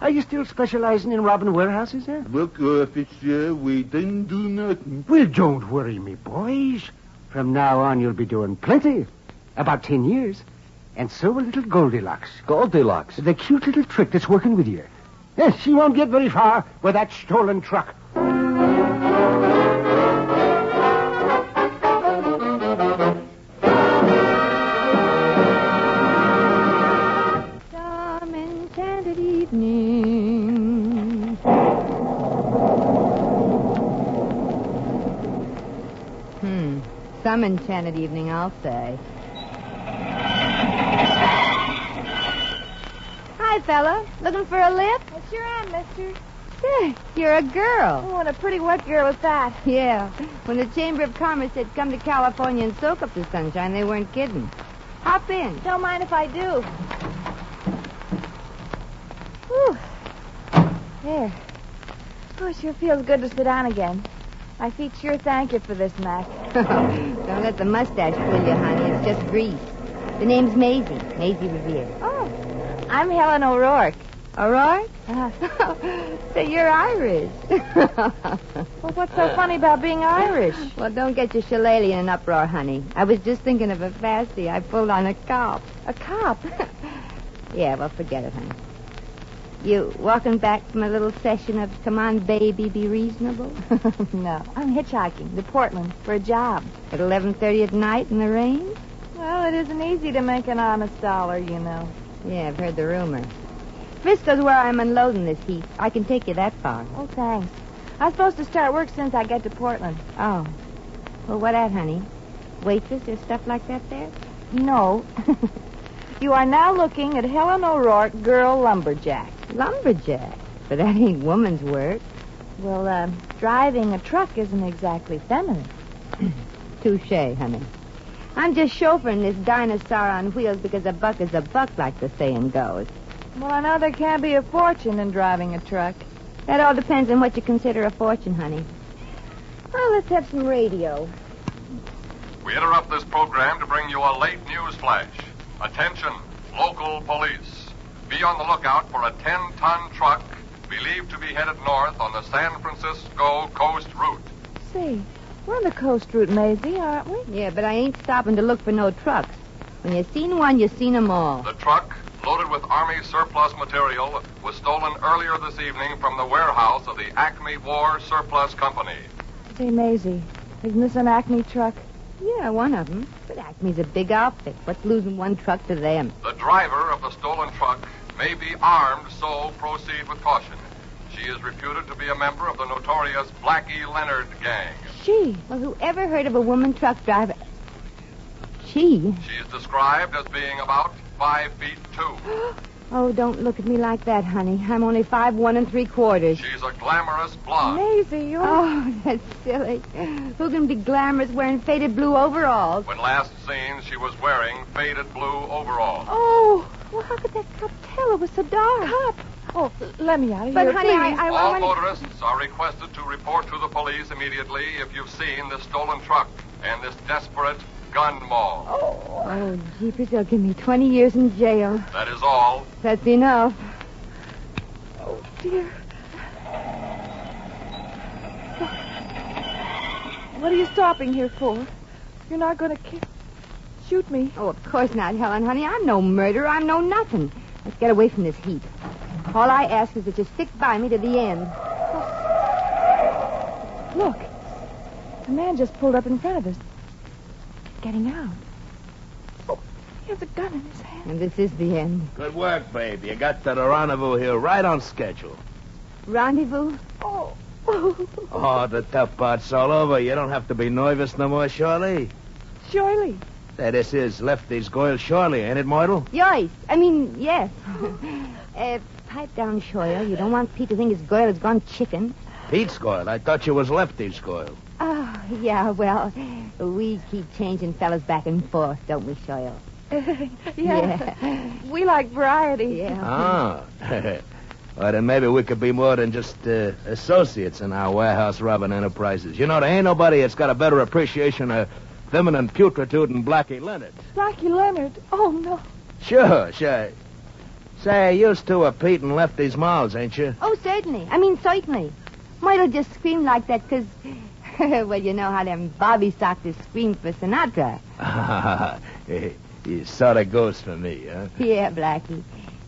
S23: Are you still specializing in robbing warehouses, eh?
S21: Look, officer, we didn't do nothing.
S23: Well, don't worry me, boys. From now on, you'll be doing plenty. About ten years. And so will little Goldilocks.
S22: Goldilocks?
S23: The cute little trick that's working with you. Yes, she won't get very far with that stolen truck.
S18: Hmm. enchanted evening, I'll say. Hi, fella. Looking for a lift?
S10: I sure am, mister.
S18: You're a girl.
S10: Oh, and a pretty wet girl at that.
S18: Yeah. When the Chamber of Commerce said come to California and soak up the sunshine, they weren't kidding. Hop in.
S10: Don't mind if I do. Whew. There. Oh, it sure feels good to sit down again. My feet sure thank you for this, Mac.
S18: <laughs> Don't let the mustache fool you, honey. It's just grease. The name's Maisie. Maisie Revere.
S10: Oh, I'm Helen O'Rourke. <laughs>
S18: O'Rourke?
S10: well,
S18: Say
S10: <laughs>
S18: you're Irish.
S10: what's so funny about being Irish?
S18: Well, don't get your shillelagh in an uproar, honey. I was just thinking of a fasty I pulled on a cop.
S10: A cop?
S18: <laughs> Yeah, well, forget it, honey. You walking back from a little session of Come On, Baby, Be Reasonable?
S10: <laughs> no. I'm hitchhiking to Portland for a job.
S18: At 11.30 at night in the rain?
S10: Well, it isn't easy to make an honest dollar, you know. <sighs>
S18: Yeah, I've heard the rumor. Frisco's where I'm unloading this heap. I can take you that far.
S10: Oh, thanks. I was supposed to start work since I got to Portland.
S18: Oh. Well, what at, honey? Waitress or stuff like that there?
S10: No. <laughs> you are now looking at Helen O'Rourke, girl lumberjack.
S18: Lumberjack. But that ain't woman's work.
S10: Well, uh, driving a truck isn't exactly feminine.
S18: <clears throat> Touche, honey. I'm just chauffeuring this dinosaur on wheels because a buck is a buck, like the saying goes.
S10: Well, I know there can be a fortune in driving a truck.
S18: That all depends on what you consider a fortune, honey.
S10: Well, let's have some radio.
S17: We interrupt this program to bring you a late news flash. Attention, local police. Be on the lookout for a 10 ton truck believed to be headed north on the San Francisco coast route.
S10: See, we're on the coast route, Maisie, aren't we?
S18: Yeah, but I ain't stopping to look for no trucks. When you seen one, you seen 'em all.
S17: The truck, loaded with Army surplus material, was stolen earlier this evening from the warehouse of the Acme War Surplus Company.
S10: Say, Maisie, isn't this an Acme truck?
S18: Yeah, one of 'em. But Acme's a big outfit. What's losing one truck to them?
S17: The driver of the stolen truck may be armed, so proceed with caution. She is reputed to be a member of the notorious Blackie Leonard gang.
S18: She? Well, who ever heard of a woman truck driver? She?
S17: She is described as being about five feet two.
S18: <gasps> Oh, don't look at me like that, honey. I'm only five one and three quarters.
S17: She's a glamorous blonde.
S10: Maisie, you
S18: Oh, <laughs> that's silly. Who can be glamorous wearing faded blue overalls?
S17: When last seen, she was wearing faded blue overalls.
S10: Oh, well, how could that cop tell? It was so dark. Cop? Oh, let me out of
S18: But,
S10: here.
S18: honey, I-
S10: please.
S18: I-
S17: All
S18: wanna-
S17: motorists are requested to report to the police immediately if you've seen this stolen truck and this desperate gun maul.
S18: Oh, jeepers, they'll give me 20 years in jail.
S17: That is all.
S18: That's enough.
S10: Oh, Dear. What are you stopping here for? You're not going to kill. Shoot me.
S18: Oh, of course not, Helen, honey. I'm no murderer. I'm no nothing. Let's get away from this heat. All I ask is that you stick by me to the end.
S10: Look. A man just pulled up in front of us. Getting out. Oh, he has a gun in his hand.
S18: And this is the end.
S16: Good work, baby. You got to the rendezvous here right on schedule.
S18: Rendezvous?
S10: Oh.
S16: Oh, the tough part's all over. You don't have to be nervous no more, Shirley.
S10: Surely.
S16: There, this is Lefty's girl, Shirley, ain't it, Mortal?
S18: Yes. I mean, yes. <laughs> uh, pipe down, Shoya. You don't want Pete to think his girl has gone chicken.
S16: Pete's girl. I thought you was Lefty's girl.
S18: Oh, yeah, well, we keep changing fellas back and forth, don't we, Shoya?
S10: <laughs> yeah. We like variety.
S18: Yeah.
S16: Oh. <laughs> well, then maybe we could be more than just uh, associates in our warehouse robbing enterprises. You know, there ain't nobody that's got a better appreciation of feminine putrid than Blackie Leonard.
S10: Rocky Leonard. Oh, no.
S16: Sure, sure. Say, you used to a Pete and Lefty's mouths, ain't you? <laughs>
S18: Oh, certainly. I mean, certainly. Moira just screamed like that because, <laughs> well, you know how them Bobby doctors scream for Sinatra.
S16: he sort of goes for me, huh?
S18: Yeah, Blackie.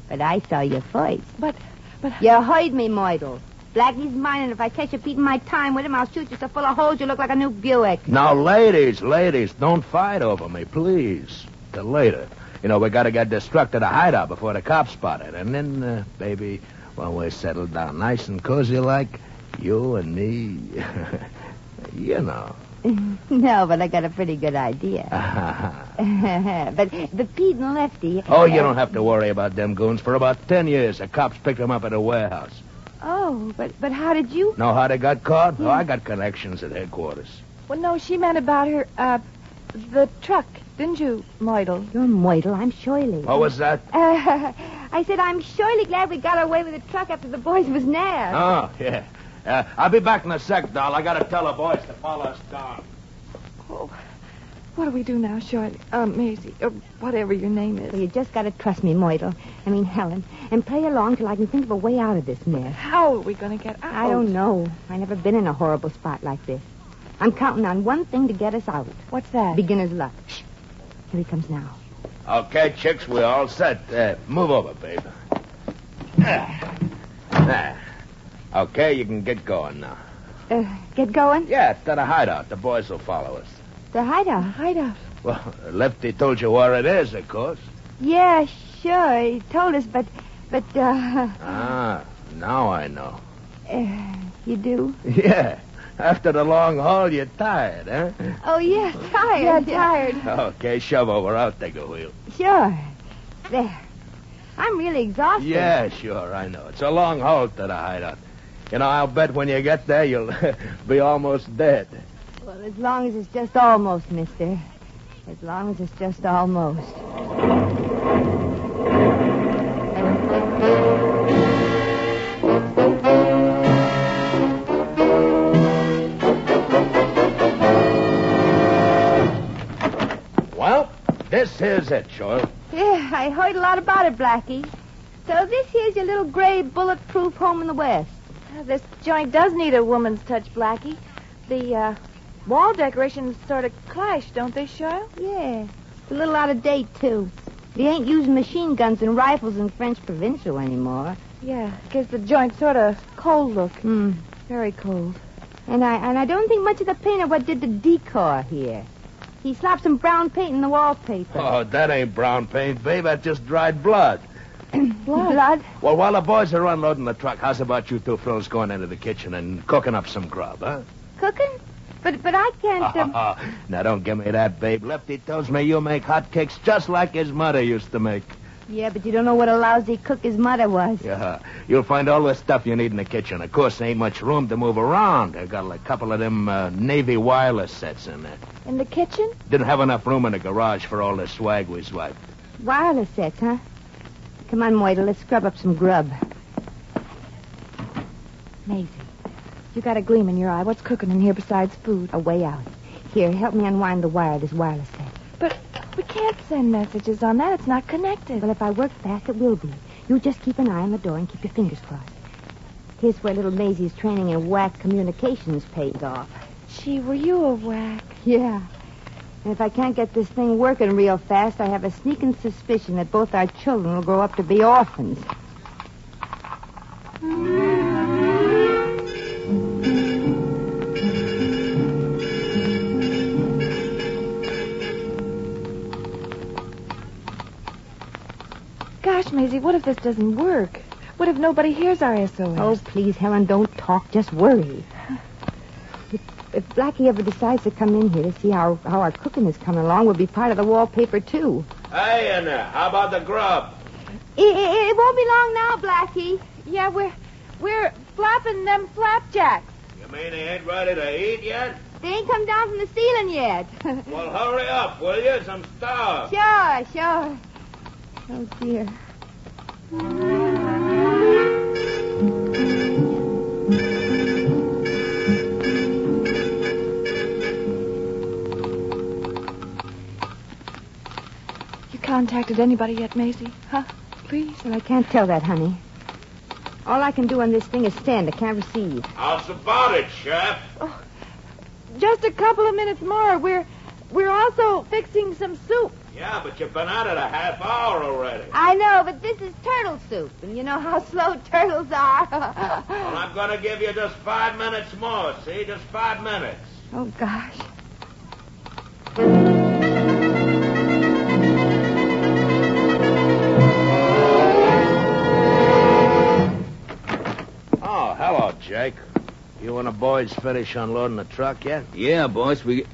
S18: But I saw your voice.
S10: But, but.
S18: You heard me, Moidle. Blackie's mine, and if I catch you beating my time with him, I'll shoot you so full of holes you look like a new Buick. <laughs>
S16: Now, ladies, ladies, don't fight over me, please. Till later. You know, we gotta get this truck to the hideout before the cops spot it. And then, uh, baby, when we're settled down nice and cozy like, <laughs> you and me, you know. <laughs>
S18: no, but I got a pretty good idea. <laughs> but the Pete and Lefty. uh,
S16: Oh, you don't have to worry about them goons. For about ten years, the cops picked them up at a warehouse.
S1: Oh, but but how did you?
S16: Know how they got caught? Oh, I got connections at headquarters.
S1: Well, no, she meant about her uh, the truck, didn't you, Moidle?
S18: You're Moidle. I'm Shirley.
S16: What was that?
S18: Uh, <laughs> I said I'm surely glad we got away with the truck after the boys was nabbed.
S16: Oh, yeah. Uh, I'll be back in a sec, doll. I gotta tell the boys to follow us down.
S1: What do we do now, Shirley? Uh, Maisie, or whatever your name is.
S18: Well, you just got to trust me, Moidle. I mean, Helen. And play along till I can think of a way out of this mess.
S1: How are we going to get out?
S18: I don't know. I never been in a horrible spot like this. I'm counting on one thing to get us out.
S1: What's that?
S18: Beginner's luck. Shh. Here he comes now.
S16: Okay, chicks, we're all set. Uh, move over, babe. Ah. There. Okay, you can get going now.
S18: Uh, get going?
S16: Yeah, it's at a hideout. The boys will follow us.
S18: The hideout. hideout.
S16: Well, <laughs> Lefty told you where it is, of course.
S18: Yeah, sure. He told us, but, but, uh,
S16: Ah, now I know. <laughs>
S18: uh you do?
S16: Yeah. After the long haul, you're tired, huh?
S18: Oh, yeah, tired.
S1: Yeah, tired.
S16: Okay, shove over. I'll take a wheel.
S18: Sure. There. I'm really exhausted.
S16: Yeah, sure, I know. It's a long haul to the hideout. You know, I'll bet when you get there, you'll <laughs> be almost dead.
S18: Well, as long as it's just almost, mister. As long as it's just almost.
S16: Well, this is it, Shore.
S18: Yeah, I heard a lot about it, Blackie. So this here's your little gray bulletproof home in the West.
S1: Uh, This joint does need a woman's touch, Blackie. The uh, wall decorations sort of clash, don't they, Shirley?
S18: Yeah. It's a little out of date, too. They ain't using machine guns and rifles in French Provincial anymore.
S1: Yeah, gives the joint sort of cold look.
S18: Hmm.
S1: Very cold.
S18: And I and I don't think much of the painter what did the decor here. He slapped some brown paint in
S1: <clears throat>
S18: the wallpaper.
S16: Oh, that ain't brown paint, babe. That's just dried blood.
S18: Blood.
S16: Well, while the boys are unloading the truck, how's about you two frills going into the kitchen and cooking up some grub, huh?
S18: Cooking? But but I can't.
S16: Uh-huh.
S18: Um...
S16: <laughs> now, don't give me that, babe. Lefty tells me you make hotcakes just like his mother used to make.
S18: Yeah, but you don't know what a lousy cook his mother was.
S16: Yeah, you'll find all the stuff you need in the kitchen. Of course, there ain't much room to move around. I got a couple of them uh, Navy wireless sets in there.
S1: In the kitchen?
S16: Didn't have enough room in the garage for all the swag we swiped.
S18: Wireless sets, huh? Come on, Moidle, let's scrub up some grub.
S1: Maisie, you got a gleam in your eye. What's cooking in here besides food?
S18: A way out. Here, help me unwind the wire of this wireless set.
S1: But we can't send messages on that. It's not connected.
S18: Well, if I work fast, it will be. You just keep an eye on the door and keep your fingers crossed. Here's where little Maisie's training in whack communications pays off.
S1: Gee, were you a whack?
S18: Yeah. And if I can't get this thing working real fast, I have a sneaking suspicion that both our children will grow up to be orphans.
S1: Gosh, Maisie, what if this doesn't work? What if nobody hears our SOS?
S18: Oh, please, Helen, don't talk. Just worry. If, if Blackie ever decides to come in here to see how, how our cooking is coming along, we'll be part of the wallpaper, too.
S16: Hey, Anna, how about the grub?
S18: It, it, it won't be long now, Blackie.
S1: Yeah, we're we're flapping them flapjacks.
S16: You mean they ain't ready to eat yet?
S18: They ain't come down from the ceiling yet. <laughs>
S16: Well, hurry up, will you? I'm starved.
S18: sure, sure. Oh, dear.
S1: You contacted anybody yet, Maisie? Huh? Please.
S18: Well, I can't tell that, honey. All I can do on this thing is stand. I can't receive.
S16: How's about it, Chef?
S1: Just a couple of minutes more. We're we're also fixing some soup.
S16: Yeah, but you've been out at a half hour already.
S18: I know, but this is turtle soup, and you know how slow turtles are.
S16: Well, I'm going to give you just five minutes more, see? Just five minutes.
S18: oh, gosh.
S16: Oh, hello, Jake. You and the boys finish unloading the truck yet?
S6: Yeah, boss, we.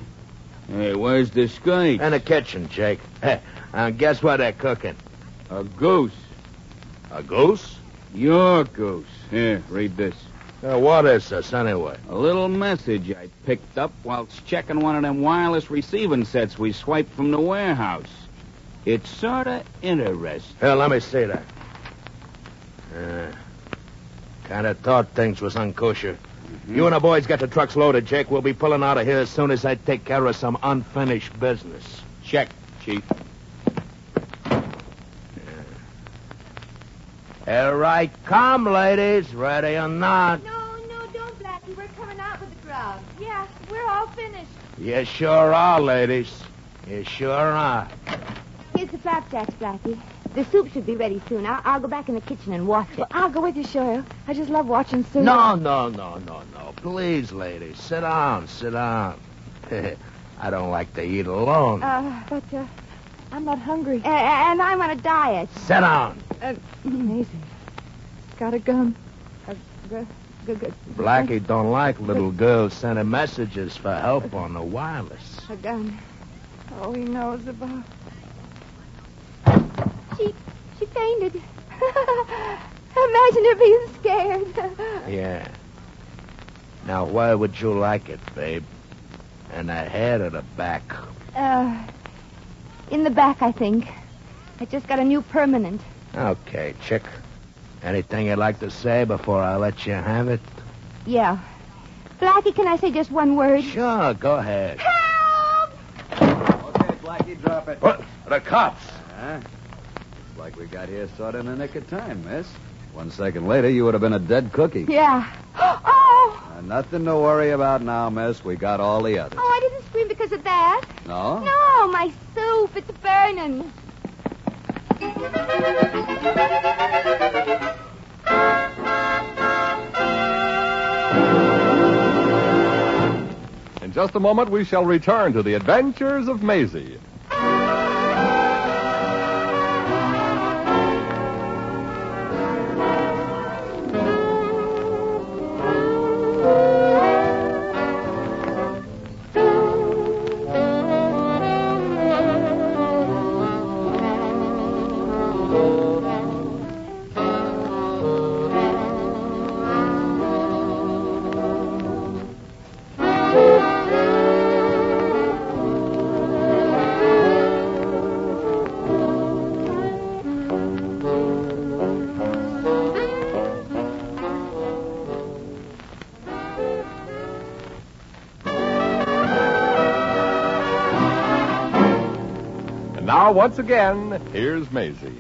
S6: Hey, where's the skate?
S16: In the kitchen, Jake. <laughs> and guess what they're cooking?
S6: A goose.
S16: A goose? Uh,
S6: Your goose. Here, read this.
S16: what is this, anyway?
S6: A little message I picked up whilst checking one of them wireless receiving sets we swiped from the warehouse. It's sorta interesting.
S16: Here, let me see that. Uh, kind of thought things was unkosher.
S6: Mm-hmm.
S16: You and the boys got the trucks loaded, Jake. We'll be pulling out of here as soon as I take care of some unfinished business.
S6: Check, Chief.
S16: Here I come, ladies. Ready or not.
S1: No, no, don't, Blackie. We're coming out with the crowd. Yeah, we're all finished.
S16: You sure are, ladies. You sure are.
S18: Here's the flapjacks, Blackie. The soup should be ready soon. I'll, I'll go back in the kitchen and wash it. Well, I'll go with you, Shoyo. I just love watching soup.
S16: No, no, no, no, no. Please, ladies, sit down, sit down. <laughs> I don't like to eat alone.
S18: Uh, but, uh, I'm not hungry. and I'm on a diet.
S16: Sit down.
S18: Uh, amazing. Got a gum. A gu- gu- gu-
S16: Blackie don't like little girls sending messages for help on the wireless.
S18: A gun.
S1: Oh, he knows about. She, she fainted.
S18: <laughs> Imagine her being scared.
S16: Yeah. Now, where would you like it, babe? In the head or the back?
S18: Uh, in the back, I think. I just got a new permanent.
S16: Okay, chick. Anything you'd like to say before I let you have it?
S18: Yeah. Blackie, can I say just one word?
S16: Sure, go ahead.
S21: Blackie, drop it.
S16: What? The cops.
S21: Huh? It's like we got here sort of in the nick of time, miss. One second later, you would have been a dead cookie.
S18: Yeah.
S21: Uh, nothing to worry about now, miss. We got all the others.
S18: Oh, I didn't scream because of that.
S21: No?
S18: No, my soup. It's burning.
S17: In just a moment, we shall return to the adventures of Maisie. And now, once again, here's Maisie.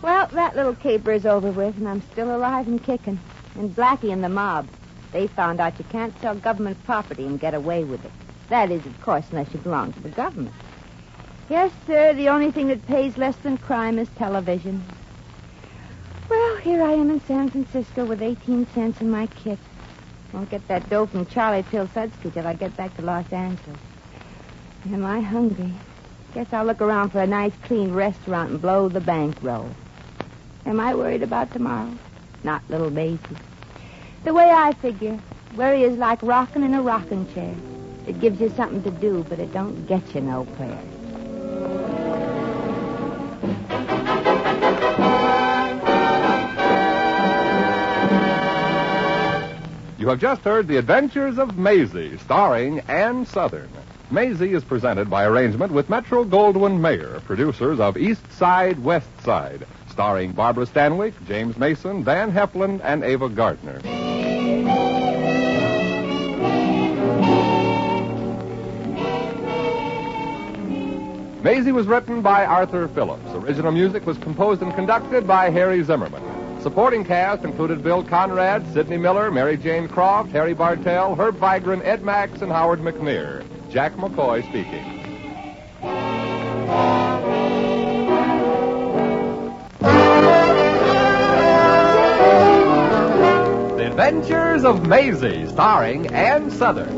S18: Well, that little caper is over with, and I'm still alive and kicking. And Blackie and the mob. They found out you can't sell government property and get away with it. That is, of course, unless you belong to the government. Yes, sir, the only thing that pays less than crime is television. Well, here I am in San Francisco with 18 cents in my kit. Won't get that dough from Charlie Pilsudski till I get back to Los Angeles. Am I hungry? Guess I'll look around for a nice, clean restaurant and blow the bankroll. Am I worried about tomorrow? Not little Maisie. The way I figure, worry is like rocking in a rocking chair. It gives you something to do, but it don't get you nowhere.
S17: You have just heard The Adventures of Maisie, starring Ann Southern. Maisie is presented by arrangement with Metro Goldwyn Mayer, producers of East Side, West Side, starring Barbara Stanwyck, James Mason, Dan Heflin, and Ava Gardner. Maisie was written by Arthur Phillips. Original music was composed and conducted by Harry Zimmerman. Supporting cast included Bill Conrad, Sidney Miller, Mary Jane Croft, Harry Bartell, Herb Vigran, Ed Max, and Howard McNear. Jack McCoy speaking. The Adventures of Maisie, starring Ann Southern.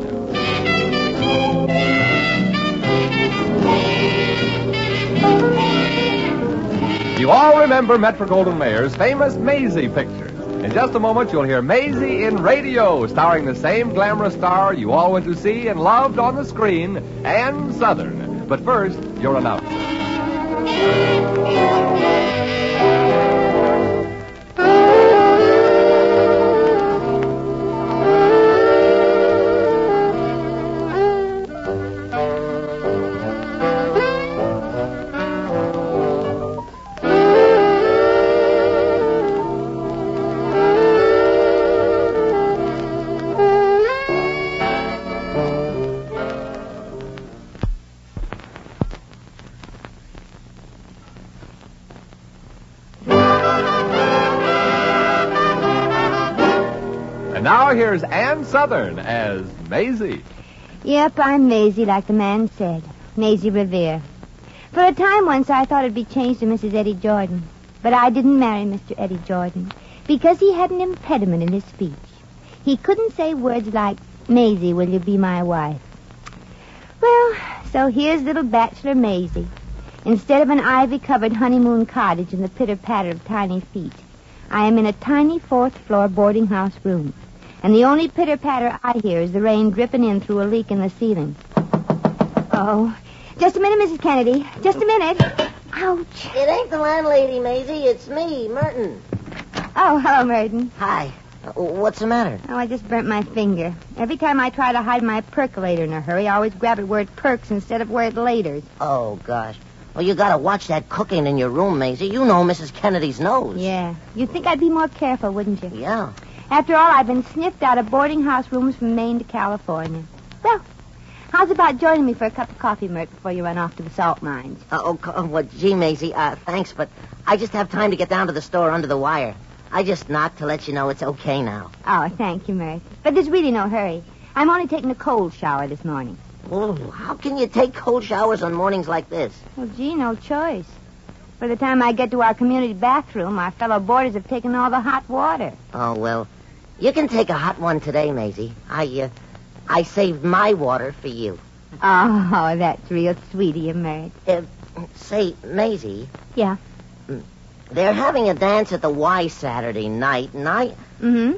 S17: You all remember Metro Goldwyn Mayer's famous Maisie pictures. In just a moment, you'll hear Maisie in Radio, starring the same glamorous star you all went to see and loved on the screen, Ann Southern. But first, your announcer. And now here's Ann Southern as Maisie.
S18: Yep, I'm Maisie, like the man said. Maisie Revere. For a time once, I thought it'd be changed to Mrs. Eddie Jordan. But I didn't marry Mr. Eddie Jordan because he had an impediment in his speech. He couldn't say words like, Maisie, will you be my wife? Well, so here's little bachelor Maisie. Instead of an ivy-covered honeymoon cottage in the pitter-patter of tiny feet, I am in a tiny fourth-floor boarding house room. And the only pitter-patter I hear is the rain dripping in through a leak in the ceiling. Oh, just a minute, Mrs. Kennedy. Just a minute. Ouch.
S2: It ain't the landlady, Maisie. It's me, Merton.
S18: Oh, hello, Merton.
S2: Hi. What's the matter?
S18: Oh, I just burnt my finger. Every time I try to hide my percolator in a hurry, I always grab it where it perks instead of where it laters.
S2: Oh, gosh. Well, you gotta watch that cooking in your room, Maisie. You know Mrs. Kennedy's nose.
S18: Yeah. You'd think I'd be more careful, wouldn't you?
S2: Yeah.
S18: After all, I've been sniffed out of boarding house rooms from Maine to California. Well, how's about joining me for a cup of coffee, Mert, before you run off to the salt mines?
S2: Uh, oh, co- well, gee, Maisie, uh, thanks, but I just have time to get down to the store under the wire. I just knocked to let you know it's okay now.
S18: Oh, thank you, Mert. But there's really no hurry. I'm only taking a cold shower this morning.
S2: Oh, how can you take cold showers on mornings like this?
S18: Well, gee, no choice. By the time I get to our community bathroom, our fellow boarders have taken all the hot water.
S2: Oh, well, you can take a hot one today, Maisie. I, uh, I saved my water for you.
S18: Oh, that's real sweet of you, Mert.
S2: Uh, say, Maisie,
S18: Yeah.
S2: they're having a dance at the Y Saturday night, and I,
S18: Mm-hmm.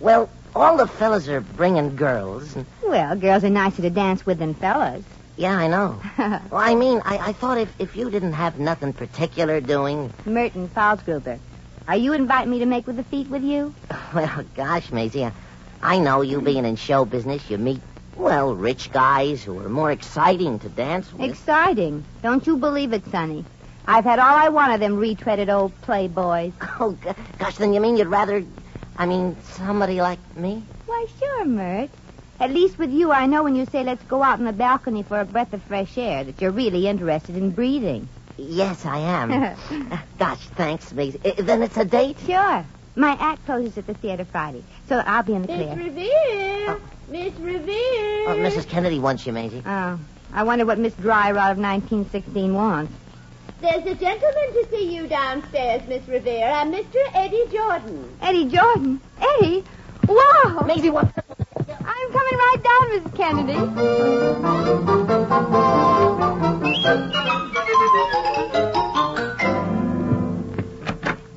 S2: well, all the fellas are bringing girls. And,
S18: Well, girls are nicer to dance with than fellas.
S2: yeah, I
S18: <laughs>
S2: know. well, I mean, I, I thought if, if you didn't have nothing particular doing,
S18: Merton Falsgruber, are you inviting me to make with the feet with you?
S2: <laughs> well, gosh, Maisie, I, I know you being in show business, you meet, well, rich guys who are more exciting to dance with.
S18: Exciting. Don't you believe it, Sonny. I've had all I want of them retreaded old playboys.
S2: <laughs> Oh, g- gosh, then you mean you'd rather, I mean, somebody like me?
S18: Why, sure, Mert. At least with you, I know when you say let's go out on the balcony for a breath of fresh air that you're really interested in breathing.
S2: Yes, I
S18: <laughs>
S2: am. Ah, Gosh, thanks, Maisie. I- then it's a date?
S18: Sure. My act closes at the theater Friday, so I'll be in the
S2: Miss
S18: clear.
S2: Revere!
S18: Miss Revere.
S2: Oh, Mrs. Kennedy wants you, Maisie.
S18: Oh, I wonder what Miss Dry Rod of 1916 wants.
S7: There's a gentleman to see you downstairs, Miss Revere. I'm Mr. Eddie Jordan.
S18: Eddie Jordan. Eddie? Wow.
S2: Maisie, what?
S18: I'm coming right down, Mrs. Kennedy.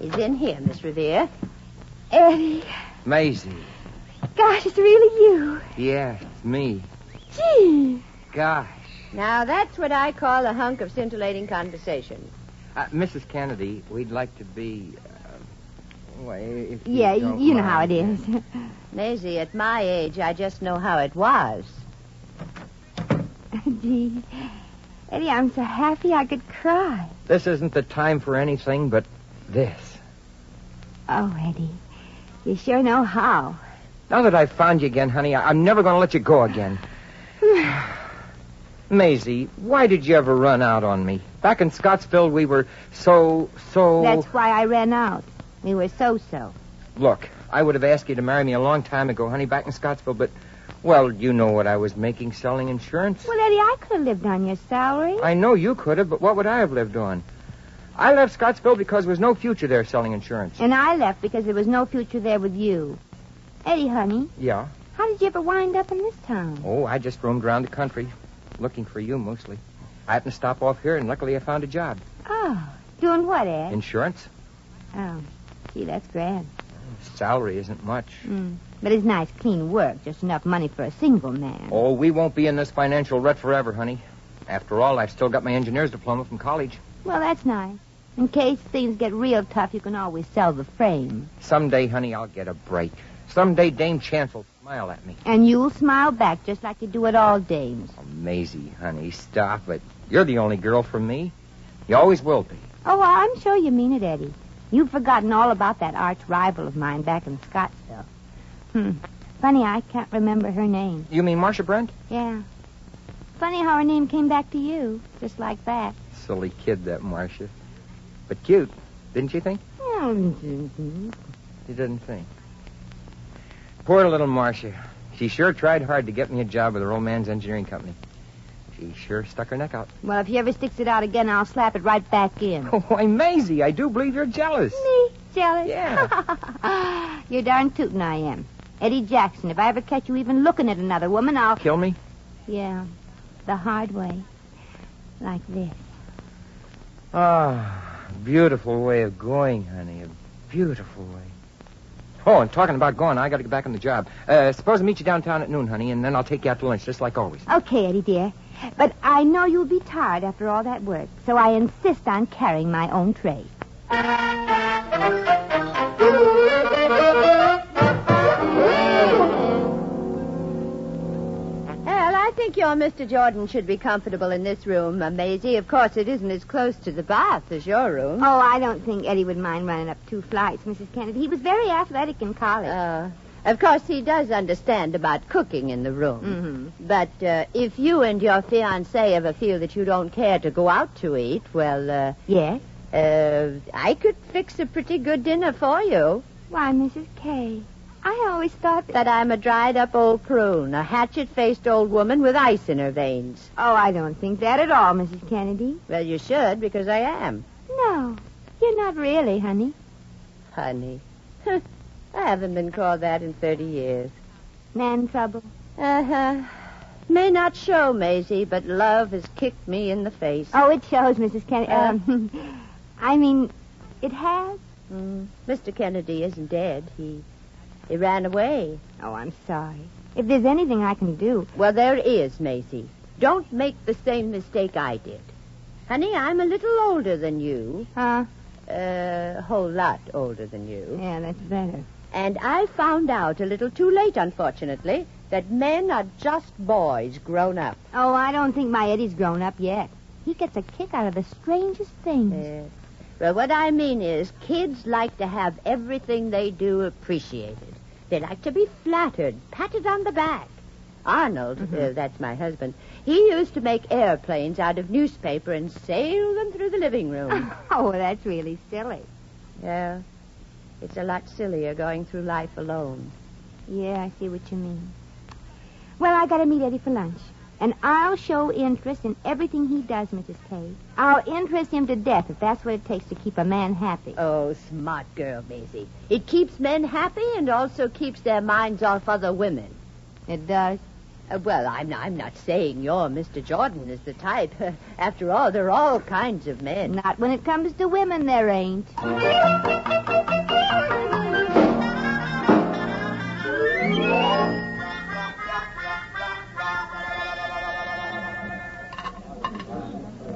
S7: He's in here, Miss Revere.
S18: Eddie,
S8: Maisie.
S18: gosh, it's really you.
S8: Yeah, it's me.
S7: Gee.
S8: Gosh.
S7: Now, that's what I call a hunk of scintillating conversation.
S8: Uh, Mrs. Kennedy, we'd like to be. Uh, well, if you
S7: Yeah,
S8: don't
S7: you know how
S8: mind.
S7: it is. <laughs> Maisie, at my age, I just know how it was.
S18: <laughs> Gee. Eddie, I'm so happy I could cry.
S8: This isn't the time for anything but this.
S18: Oh, Eddie, you sure know how.
S8: Now that I've found you again, honey, I- I'm never going to let you go again. <sighs> Maisie, why did you ever run out on me? Back in Scottsville, we were so, so.
S18: That's why I ran out. We were so-so.
S8: Look, I would have asked you to marry me a long time ago, honey, back in Scottsville, but, well, you know what I was making selling insurance.
S18: Well, Eddie, I could have lived on your salary.
S8: I know you could have, but what would I have lived on? I left Scottsville because there was no future there selling insurance.
S18: And I left because there was no future there with you. Eddie, honey,
S8: Yeah.
S18: how did you ever wind up in this town?
S8: Oh, I just roamed around the country, looking for you mostly. I happened to stop off here, and luckily I found a job.
S18: Oh, doing what, Ed?
S8: Insurance?
S18: Oh, gee, that's grand.
S8: Salary isn't much.
S18: Mm. But it's nice, clean work, just enough money for a single man.
S8: Oh, we won't be in this financial rut forever, honey. After all, I've still got my engineer's diploma from college.
S18: Well, that's nice. In case things get real tough, you can always sell the frame.
S8: Someday, honey, I'll get a break. Someday, Dame Chance will smile at me.
S18: And you'll smile back just like you do at all dames.
S8: Maisie, honey, stop it. You're the only girl for me. You always will be.
S18: Oh, I'm sure you mean it, Eddie. You've forgotten all about that arch rival of mine back in Scottsville. Hmm. Funny, I can't remember her name.
S8: You mean Marcia Brent?
S18: Yeah. Funny how her name came back to you, just like that.
S8: Silly kid, that Marcia. But cute, didn't you think? You didn't think. Poor little Marcia. She sure tried hard to get me a job with her old man's engineering company. She sure stuck her neck out.
S18: Well, if he ever sticks it out again, I'll slap it right
S8: <laughs>
S18: back in.
S8: Why, Oh, Maisie, I do believe you're jealous.
S18: Me? Jealous?
S8: Yeah.
S18: <laughs> you're darn tootin' I am. Eddie Jackson, if I ever catch you even looking at another woman, I'll.
S8: Kill me?
S18: Yeah. The hard way. Like this.
S8: Ah, beautiful way of going, honey. A beautiful way. Oh, and talking about going, I got to get back on the job. Uh, suppose I meet you downtown at noon, honey, and then I'll take you out to lunch, just like always.
S18: Okay, Eddie, dear. But I know you'll be tired after all that work, so I insist on carrying my own tray.
S7: Well, I think your Mr. Jordan should be comfortable in this room, uh, Maisie. Of course, it isn't as close to the bath as your room.
S18: Oh, I don't think Eddie would mind running up two flights, Mrs. Kennedy. He was very athletic in college.
S7: Uh, of course, he does understand about cooking in the
S18: Mm-hmm.
S7: room. But uh, if you and your fiancé ever feel that you don't care to go out to eat, well, uh,
S18: Yes?
S7: uh, I could fix a pretty good dinner for you.
S18: Why, Mrs. Kay, I always thought that...
S7: That I'm a dried-up old prune, a hatchet-faced old woman with ice in her veins.
S18: Oh, I don't think that at all, Mrs. Kennedy.
S7: Well, you should, because I am.
S18: No, you're not really, honey.
S7: Honey. I haven't been called that in 30 years.
S18: Man trouble.
S7: Uh huh. May not show, Maisie, but love has kicked me in the face. Uh-huh.
S18: Oh, it shows, Mrs. Kennedy. Um, I mean, it has.
S7: Mm. Mr. Kennedy isn't dead. He he ran away.
S18: Oh, I'm sorry. If there's anything I can do,
S7: Well, there is, Maisie. Don't make the same mistake I did. Honey, I'm a little older than you.
S18: Huh?
S7: Uh, a whole lot older than you.
S18: Yeah, that's better.
S7: And I found out a little too late, unfortunately, that men are just boys grown up.
S18: Oh, I don't think my Eddie's grown up yet. He gets a kick out of the strangest things.
S7: Yes. Well, what I mean is, kids like to have everything they do appreciated. They like to be flattered, patted on the back. Arnold,
S18: Mm-hmm.
S7: uh, that's my husband, he used to make airplanes out of newspaper and sail them through the living room.
S18: <laughs> Oh, that's really silly.
S7: yeah. It's a lot sillier going through life alone.
S18: Yeah, I see what you mean. Well, I gotta meet Eddie for lunch. And I'll show interest in everything he does, Mrs. Kay. I'll interest him to death if that's what it takes to keep a man happy.
S7: Oh, smart girl, Maisie. It keeps men happy and also keeps their minds off other women.
S18: It does.
S7: Uh, well, I'm, I'm not saying your Mr. Jordan is the type. <laughs> After all, there are all kinds of men.
S18: Not when it comes to women, there ain't.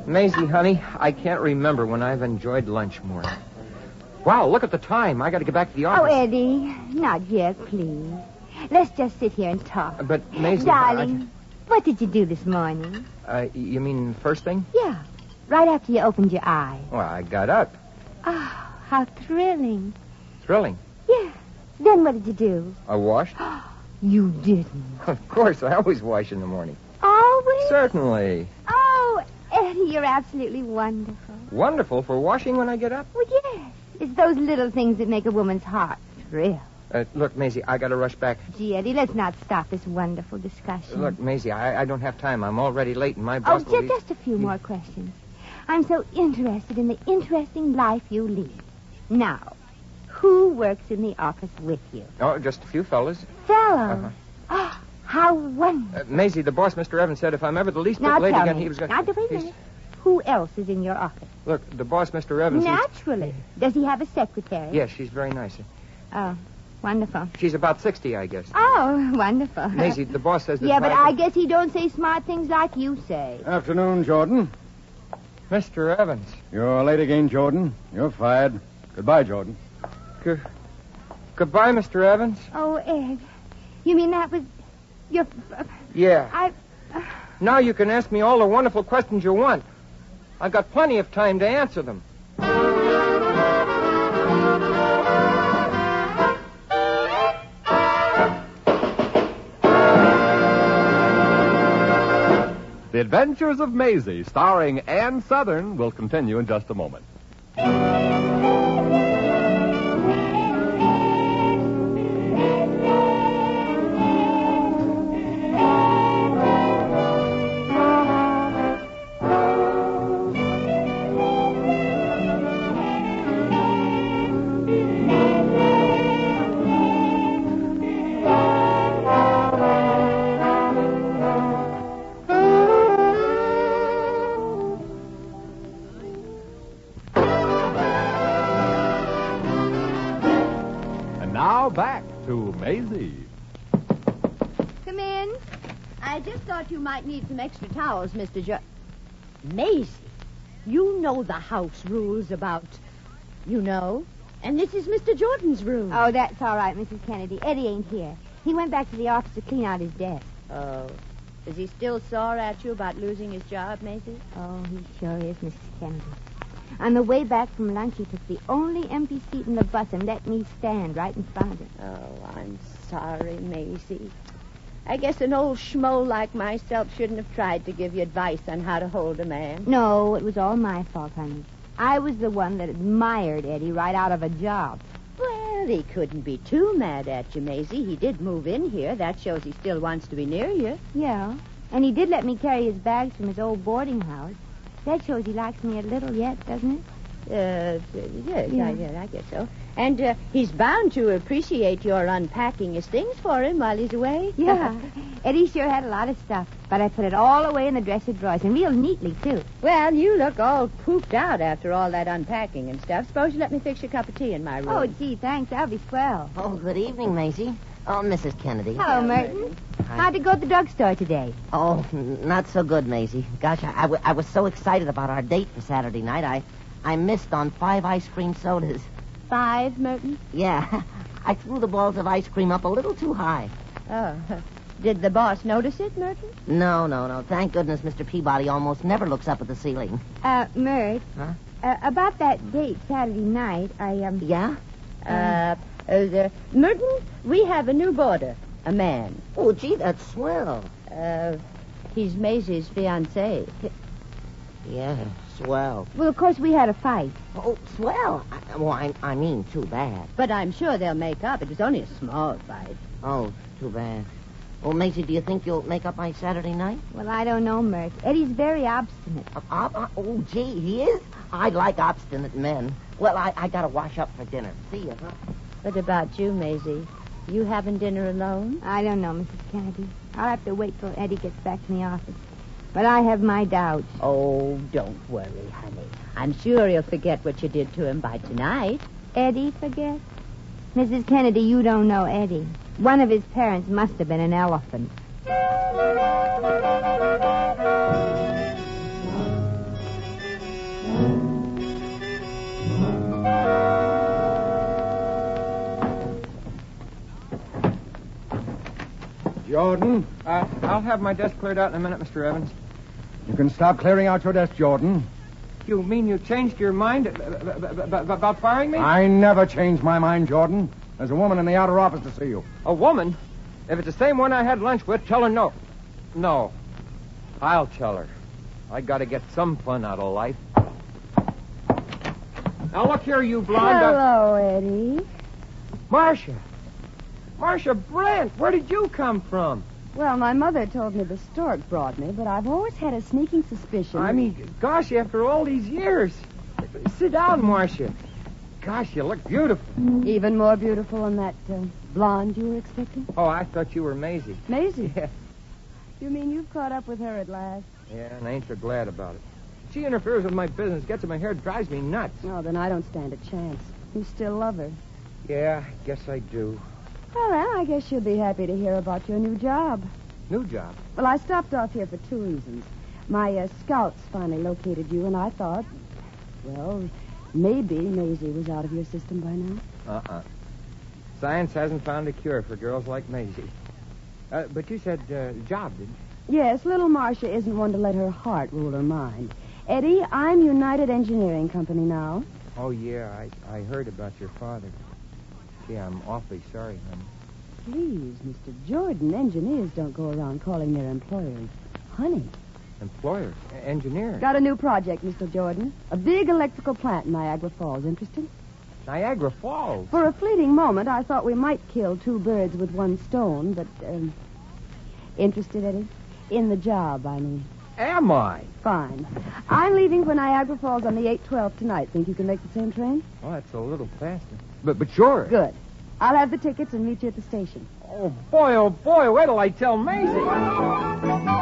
S8: Maisie, honey, I can't remember when I've enjoyed lunch more. Wow, look at the time. I got to get back to the
S18: Oh,
S8: office.
S18: Eddie, not yet, please. Let's just sit here and talk.
S8: But, Maisie,
S18: Darling, what did you do this morning?
S8: I, uh, you mean first thing?
S18: Yeah, right after you opened your eyes.
S8: Well, I got up.
S18: Oh, how thrilling.
S8: Thrilling.
S18: Yeah. Then what did you do?
S8: I washed.
S18: <gasps> You didn't.
S8: of course, I always wash in the morning.
S18: Always?
S8: Certainly.
S18: Oh, Eddie, you're absolutely wonderful.
S8: Wonderful for washing when I get up.
S18: Well, yes. It's those little things that make a woman's heart thrill.
S8: Uh, look, Maisie, I got to rush back.
S18: Gee, Eddie, let's not stop this wonderful discussion.
S8: Look, Maisie, I, I don't have time. I'm already late, and my
S18: oh,
S8: boss will
S18: just,
S8: be-
S18: just a few more questions. I'm so interested in the interesting life you lead. Now, who works in the office with you?
S8: Oh, just a few fellas. Uh-huh.
S18: Fellows. Oh, how wonderful.
S8: Uh, Maisie, the boss, Mr. Evans, said if I'm ever the least
S18: Now
S8: bit late
S18: tell
S8: again,
S18: me.
S8: he was going.
S18: Now, wait a minute. Who else is in your office?
S8: Look, the boss, Mr. Evans. he's-
S18: Naturally. Does he have a secretary?
S8: Yes, she's very nice.
S18: Oh. Wonderful.
S8: She's about 60, I guess.
S18: Oh, wonderful.
S8: Maisie, the boss
S18: <laughs>
S8: says that.
S18: yeah, but I guess he don't say smart things like you say.
S9: Afternoon, Jordan.
S8: Mr. Evans.
S9: You're late again, Jordan. You're fired. Goodbye, Jordan.
S8: Goodbye, Mr. Evans.
S18: Oh, Ed. You mean that was your...
S8: Yeah.
S18: I...
S8: Now you can ask me all the wonderful questions you want. I've got plenty of time to answer them.
S17: The Adventures of Maisie, starring Ann Southern, will continue in just a moment. And now back to Maisie.
S7: Come in. I just thought you might need some extra towels, Mr. Jo. Maisie, you know the house rules about, you know, and this is Mr. Jordan's room.
S18: Oh, that's all right, Mrs. Kennedy. Eddie ain't here. He went back to the office to clean out his desk.
S7: Oh. Is he still sore at you about losing his job, Maisie?
S18: Oh, he sure is, Mrs. Kennedy. On the way back from lunch, he took the only empty seat in the bus and let me stand right in front of him.
S7: Oh, I'm sorry, Maisie. I guess an old schmo like myself shouldn't have tried to give you advice on how to hold a man.
S18: No, it was all my fault, honey. I was the one that admired Eddie right out of a job.
S7: Well, he couldn't be too mad at you, Maisie. He did move in here. That shows he still wants to be near you.
S18: Yeah. And he did let me carry his bags from his old boarding house. That shows he likes me a little yet, doesn't it?
S7: Uh, yes,
S18: Yeah.
S7: I, yeah, I guess so. And uh, he's bound to appreciate your unpacking his things for him while he's away. <laughs>
S18: Yeah. Eddie sure had a lot of stuff, but I put it all away in the dresser drawers, and real neatly, too.
S7: well, you look all pooped out after all that unpacking and stuff. Suppose you let me fix you a cup of tea in my room.
S18: Oh, gee, thanks. I'll be swell.
S2: Oh, good evening, Maisie. Oh, Mrs. Kennedy. uh,
S18: Hello, Merton. How'd it go at the drugstore today?
S2: Oh, n- not so good, Maisie. Gosh, I, I, w- I was so excited about our date for Saturday night. I, I missed on five ice cream sodas.
S7: Five, Merton?
S2: Yeah, <laughs> I threw the balls of ice cream up a little too high.
S7: Oh. Did the boss notice it, Merton?
S2: No, no, no. Thank goodness Mr. Peabody almost never looks up at the ceiling.
S18: Uh, Mert,
S2: Huh?
S18: uh, about that date Saturday night, I, um...
S2: Yeah?
S7: Uh, uh, the- Merton, we have a new boarder, a man.
S2: Oh, gee, that's swell.
S7: Uh, he's Maisie's fiancé.
S2: Yeah, swell.
S18: Well, of course, we had a fight.
S2: Oh, swell. I, well, I, I mean, too bad.
S7: But I'm sure they'll make up. It was only a small fight.
S2: Oh, too bad. Well, Maisie, do you think you'll make up my Saturday night?
S18: Well, I don't know, Mert. Eddie's very obstinate.
S2: Uh, ob- uh, oh, gee, he is? I like obstinate men. Well, I, I gotta wash up for dinner. See you.
S7: What about you, Maisie? You having dinner alone?
S18: I don't know, Mrs. Kennedy. I'll have to wait till Eddie gets back from the office. But I have my doubts.
S7: Oh, don't worry, honey. I'm sure he'll forget what you did to him by tonight.
S18: Eddie forget? Mrs. Kennedy, you don't know Eddie. One of his parents must have been an elephant.
S9: Jordan,
S8: Uh, I'll have my desk cleared out in a minute, Mr. Evans.
S9: you can stop clearing out your desk, Jordan.
S8: You mean you changed your mind about firing me?
S9: I never change my mind, Jordan. There's a woman in the outer office to see you.
S8: A woman? If it's the same one I had lunch with, tell her no. No. I'll tell her. I gotta get some fun out of life. Now look here, you blonde.
S18: Hello, Eddie.
S8: Marcia. Uh, Marcia Brent, where did you come from?
S11: Well, my mother told me the stork brought me, but I've always had a sneaking suspicion.
S8: I mean, gosh, after all these years. Sit down, Marcia. Gosh, you look beautiful.
S11: even more beautiful than that uh, blonde you were expecting.
S8: Oh, I thought you were Maisie.
S11: Maisie.
S8: <laughs>
S11: You mean you've caught up with her at last?
S8: Yeah, and I ain't so glad about it. She interferes with my business, gets in my hair, drives me nuts.
S11: Oh, No, then I don't stand a chance. You still love her.
S8: Yeah, I guess I do.
S11: Well, then, I guess you'll be happy to hear about your new job.
S9: New job.
S11: Well, I stopped off here for two reasons. My uh, scouts finally located you, and I thought, well, maybe Maisie was out of your system by now.
S8: Uh-uh. Science hasn't found a cure for girls like Maisie. <laughs> Uh, but you said uh, job, didn't you?
S11: Yes, little Marcia isn't one to let her heart rule her mind. Eddie, I'm United Engineering Company now.
S8: Oh, yeah, I, I heard about your father. Gee, I'm awfully sorry, honey.
S11: Please, Mr. Jordan, engineers don't go around calling their employers honey.
S8: Employer, e- engineer.
S11: Got a new project, Mr. Jordan. A big electrical plant in Niagara Falls. Interested?
S8: Niagara Falls.
S11: For a fleeting moment, I thought we might kill two birds with one stone, but, um, interested, Eddie? In the job, I mean.
S8: Am I?
S11: Fine. I'm leaving for Niagara Falls on the 812 tonight. Think you can make the same train?
S8: Oh, that's a little faster. But, but sure.
S11: Good. I'll have the tickets and meet you at the station.
S8: Oh, boy, oh, boy, wait till I tell Maisie.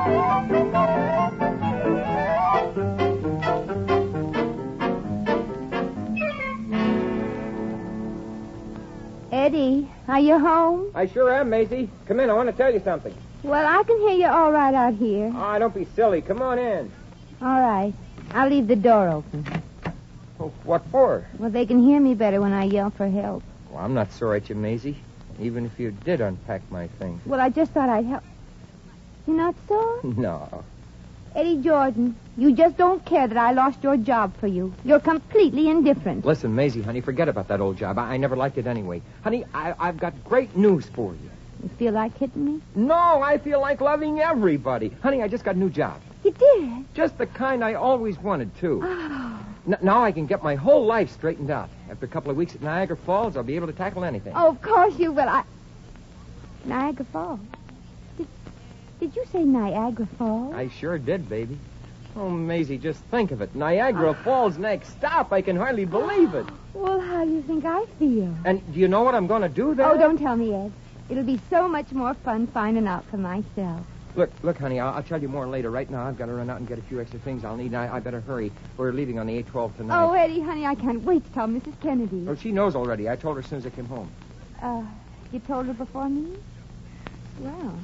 S18: Eddie, are you home?
S12: I sure am, Maisie. Come in, I want to tell you something.
S18: Well, I can hear you all right out here.
S12: Ah, don't be silly. Come on in.
S18: All right. I'll leave the door open.
S8: Oh, What for?
S18: Well, they can hear me better when I yell for help.
S8: Well, I'm not sorry at you, Maisie. Even if you did unpack my things.
S18: Well, I just thought I'd help. You're not sore?
S8: No.
S18: Eddie Jordan, you just don't care that I lost your job for you. You're completely indifferent.
S8: Listen, Maisie, honey, forget about that old job. I, I never liked it anyway. Honey, I, I've got great news for you.
S18: You feel like hitting me?
S8: No, I feel like loving everybody. Honey, I just got a new job.
S18: You did? Ah.
S8: Just the kind I always wanted, too. N- now I can get my whole life straightened out. After a couple of weeks at Niagara Falls, I'll be able to tackle anything.
S18: Oh, of course you will. I. Niagara Falls. Did, did you say Niagara Falls?
S8: I sure did, baby. Oh, Maisie, just think of it. Niagara
S18: Ah.
S8: Falls next stop. I can hardly believe it.
S18: Well, how do you think I feel?
S8: And do you know what I'm going to do there?
S18: Oh, don't tell me, Ed. It'll be so much more fun finding out for myself.
S8: Look, look, honey, I'll, I'll tell you more later. Right now, I've got to run out and get a few extra things I'll need, and I, I better hurry. We're leaving on the 812 tonight.
S18: Oh, Eddie, honey, I can't wait to tell Mrs. Kennedy.
S8: Well, she knows already. I told her as soon as I came home.
S18: Uh, you told her before me? Well,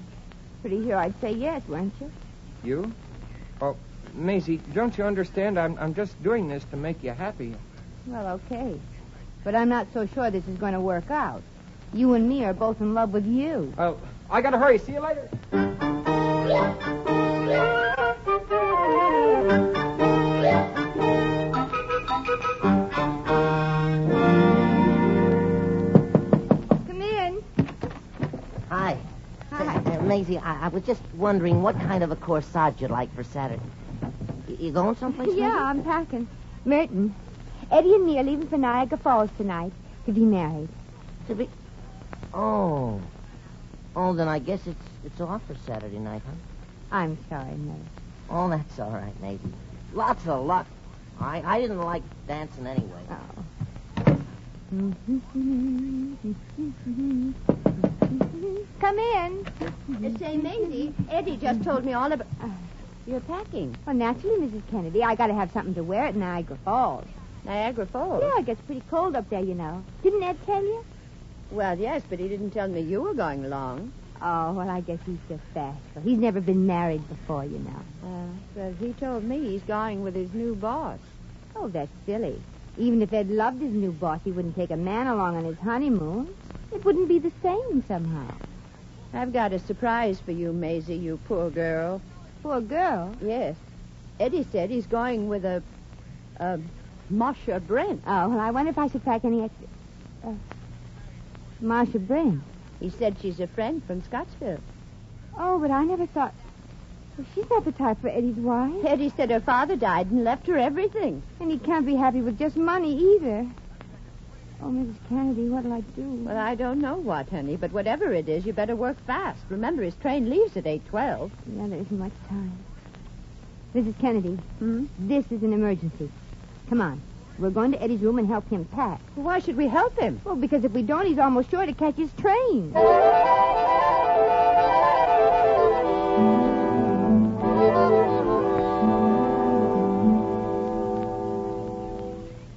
S18: pretty sure I'd say yes, weren't you?
S8: You? Oh, Maisie, don't you understand? I'm, I'm just doing this to make you happy.
S18: Well, okay. But I'm not so sure this is going to work out. You and me are both in love with you.
S8: Oh, I gotta hurry. See you later.
S18: Come in.
S2: Hi.
S18: Hi.
S2: Uh, Maisie, I, I was just wondering what kind of a corsage you'd like for Saturday. Y- You going
S18: <laughs>
S2: someplace? Maisie?
S18: Yeah, I'm packing. Merton, Eddie and me are leaving for Niagara Falls tonight to be married.
S2: To be. Oh. Oh, then I guess it's it's off for Saturday night, huh?
S18: I'm sorry, Mary.
S2: Oh, that's all right, Maisie. Lots of luck. I, I didn't like dancing anyway.
S18: Oh. Come in.
S7: Uh, Say, Maisie, Eddie just told me all about. You're packing.
S18: Well, naturally, Mrs. Kennedy, I got to have something to wear at Niagara Falls.
S7: Niagara Falls?
S18: Yeah, it gets pretty cold up there, you know. Didn't Ed tell you?
S7: Well, yes, but he didn't tell me you were going along.
S18: Oh, well, I guess he's just bashful. He's never been married before, you know.
S7: Uh, well, he told me he's going with his new boss.
S18: Oh, that's silly. Even if Ed loved his new boss, he wouldn't take a man along on his honeymoon. It wouldn't be the same somehow.
S7: I've got a surprise for you, Maisie, you poor girl.
S18: Poor girl?
S7: Yes. Eddie said he's going with a, a Masha Brent.
S18: Oh, well, I wonder if I should pack any extra. Uh, Marcia Brent.
S7: He said she's a friend from Scottsville.
S18: Oh, but I never thought. Well, she's not the type for Eddie's wife.
S7: Eddie said her father died and left her everything.
S18: And he can't be happy with just money either. Oh, Mrs. Kennedy, what'll I do?
S7: Well, I don't know what, honey, but whatever it is, you better work fast. Remember, his train leaves at 8.12.
S18: Yeah, there isn't much time. Mrs. Kennedy,
S7: Hmm?
S18: this is an emergency. Come on. We're going to Eddie's room and help him pack.
S7: Why should we help him?
S18: Well, because if we don't, he's almost sure to catch his train.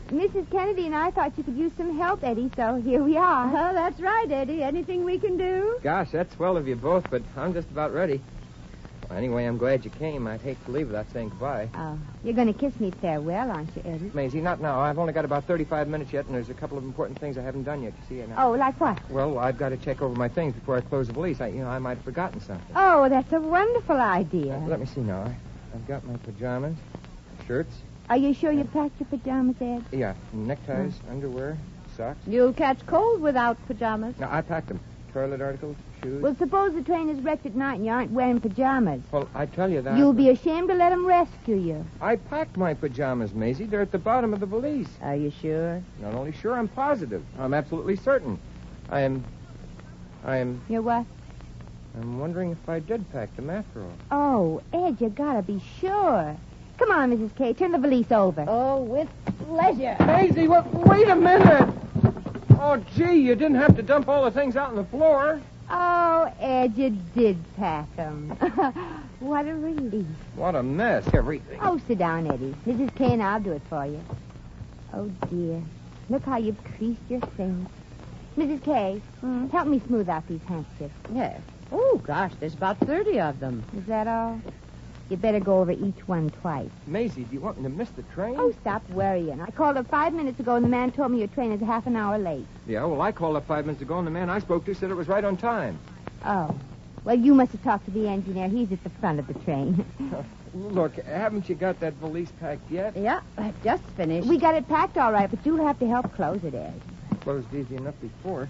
S18: Mrs. Kennedy and I thought you could use some help, Eddie, so here we are. Oh, that's right, Eddie. Anything we can do?
S8: Gosh, that's swell of you both, but I'm just about ready. Well, anyway, I'm glad you came. I'd hate to leave without saying goodbye.
S18: Oh, you're going to kiss me farewell, aren't you, Eddie?
S8: Maisie, not now. I've only got about 35 minutes yet, and there's a couple of important things I haven't done yet. You see, and I-
S18: Oh, like what?
S8: Well, I've got to check over my things before I close the valise. I, you know, I might have forgotten something.
S18: Oh, that's a wonderful idea.
S8: Let me see now. I, I've got my pajamas, shirts,
S18: Are you sure you packed your pajamas, Ed?
S8: yeah, neckties, underwear, socks.
S18: You'll catch cold without pajamas.
S8: No, I packed them. Toilet articles, shoes.
S18: Well, suppose the train is wrecked at night and you aren't wearing pajamas.
S8: Well, I tell you that.
S18: You'll be ashamed to let 'em rescue you.
S8: I packed my pajamas, Maisie. They're at the bottom of the valise.
S18: Are you sure?
S8: Not only sure, I'm positive. I'm absolutely certain. I am. I am.
S18: You're what?
S8: I'm wondering if I did pack them after all.
S18: Oh, Ed, you gotta be sure. Come on, Mrs. K, turn the valise over. Oh, with pleasure.
S8: Maisie, wa- wait a minute. Oh, gee, you didn't have to dump all the things out on the floor.
S18: Oh, Ed, you did pack 'em. <laughs> what a relief.
S8: What a mess, everything.
S18: Oh, sit down, Eddie. Mrs. K and I'll do it for you. Oh, dear. Look how you've creased your things. Mrs. K, help me smooth out these handkerchiefs. Hmm? Yes. Oh, gosh, there's about 30 of them. Is that all? You better go over each one twice.
S8: Maisie, do you want me to miss the train?
S18: Oh, stop worrying. I called up five minutes ago, and the man told me your train is half an hour late.
S8: Yeah, well, I called up five minutes ago, and the man I spoke to said it was right on time.
S18: Oh. Well, you must have talked to the engineer. He's at the front of the <laughs> train.
S8: Look, haven't you got that valise packed yet?
S18: yeah, just finished. We got it packed all right, but you'll have to help close it, Ed.
S8: Closed easy enough before.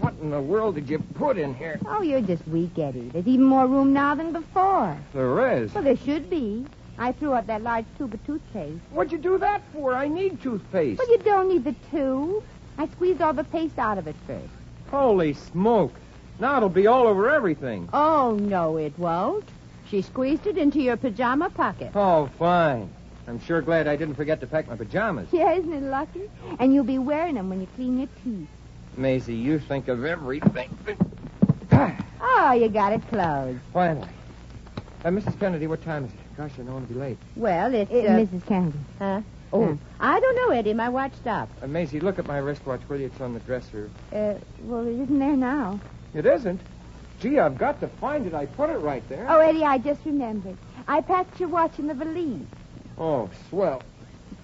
S8: What in the world did you put in here?
S18: Oh, you're just weak, Eddie. There's even more room now than before.
S8: There is.
S18: Well, there should be. I threw up that large tube of toothpaste.
S8: What'd you do that for? I need toothpaste.
S18: Well, you don't need the tube. I squeezed all the paste out of it first.
S8: Holy smoke. Now it'll be all over everything.
S3: Oh, no, it won't. She squeezed it into your pajama pocket.
S8: Oh, fine. I'm sure glad I didn't forget to pack my pajamas.
S18: <laughs> Yeah, isn't it lucky? And you'll be wearing them when you clean your teeth.
S8: Maisie, you think of everything.
S18: Oh, you got it closed.
S8: Finally. Uh, Mrs. Kennedy, what time is it? Gosh, I don't want to be late. Hmm.
S3: Well, it's.
S18: It-
S3: uh,
S18: Mrs. Kennedy.
S3: Huh? Oh, I don't know, Eddie. My watch stopped.
S8: Uh, Maisie, look at my wristwatch, will you? It's on the dresser.
S18: Uh, well, it isn't there now.
S8: It isn't. Gee, I've got to find it. I put it right there.
S18: Oh, Eddie, I just remembered. I packed your watch in the valise.
S8: Oh, swell.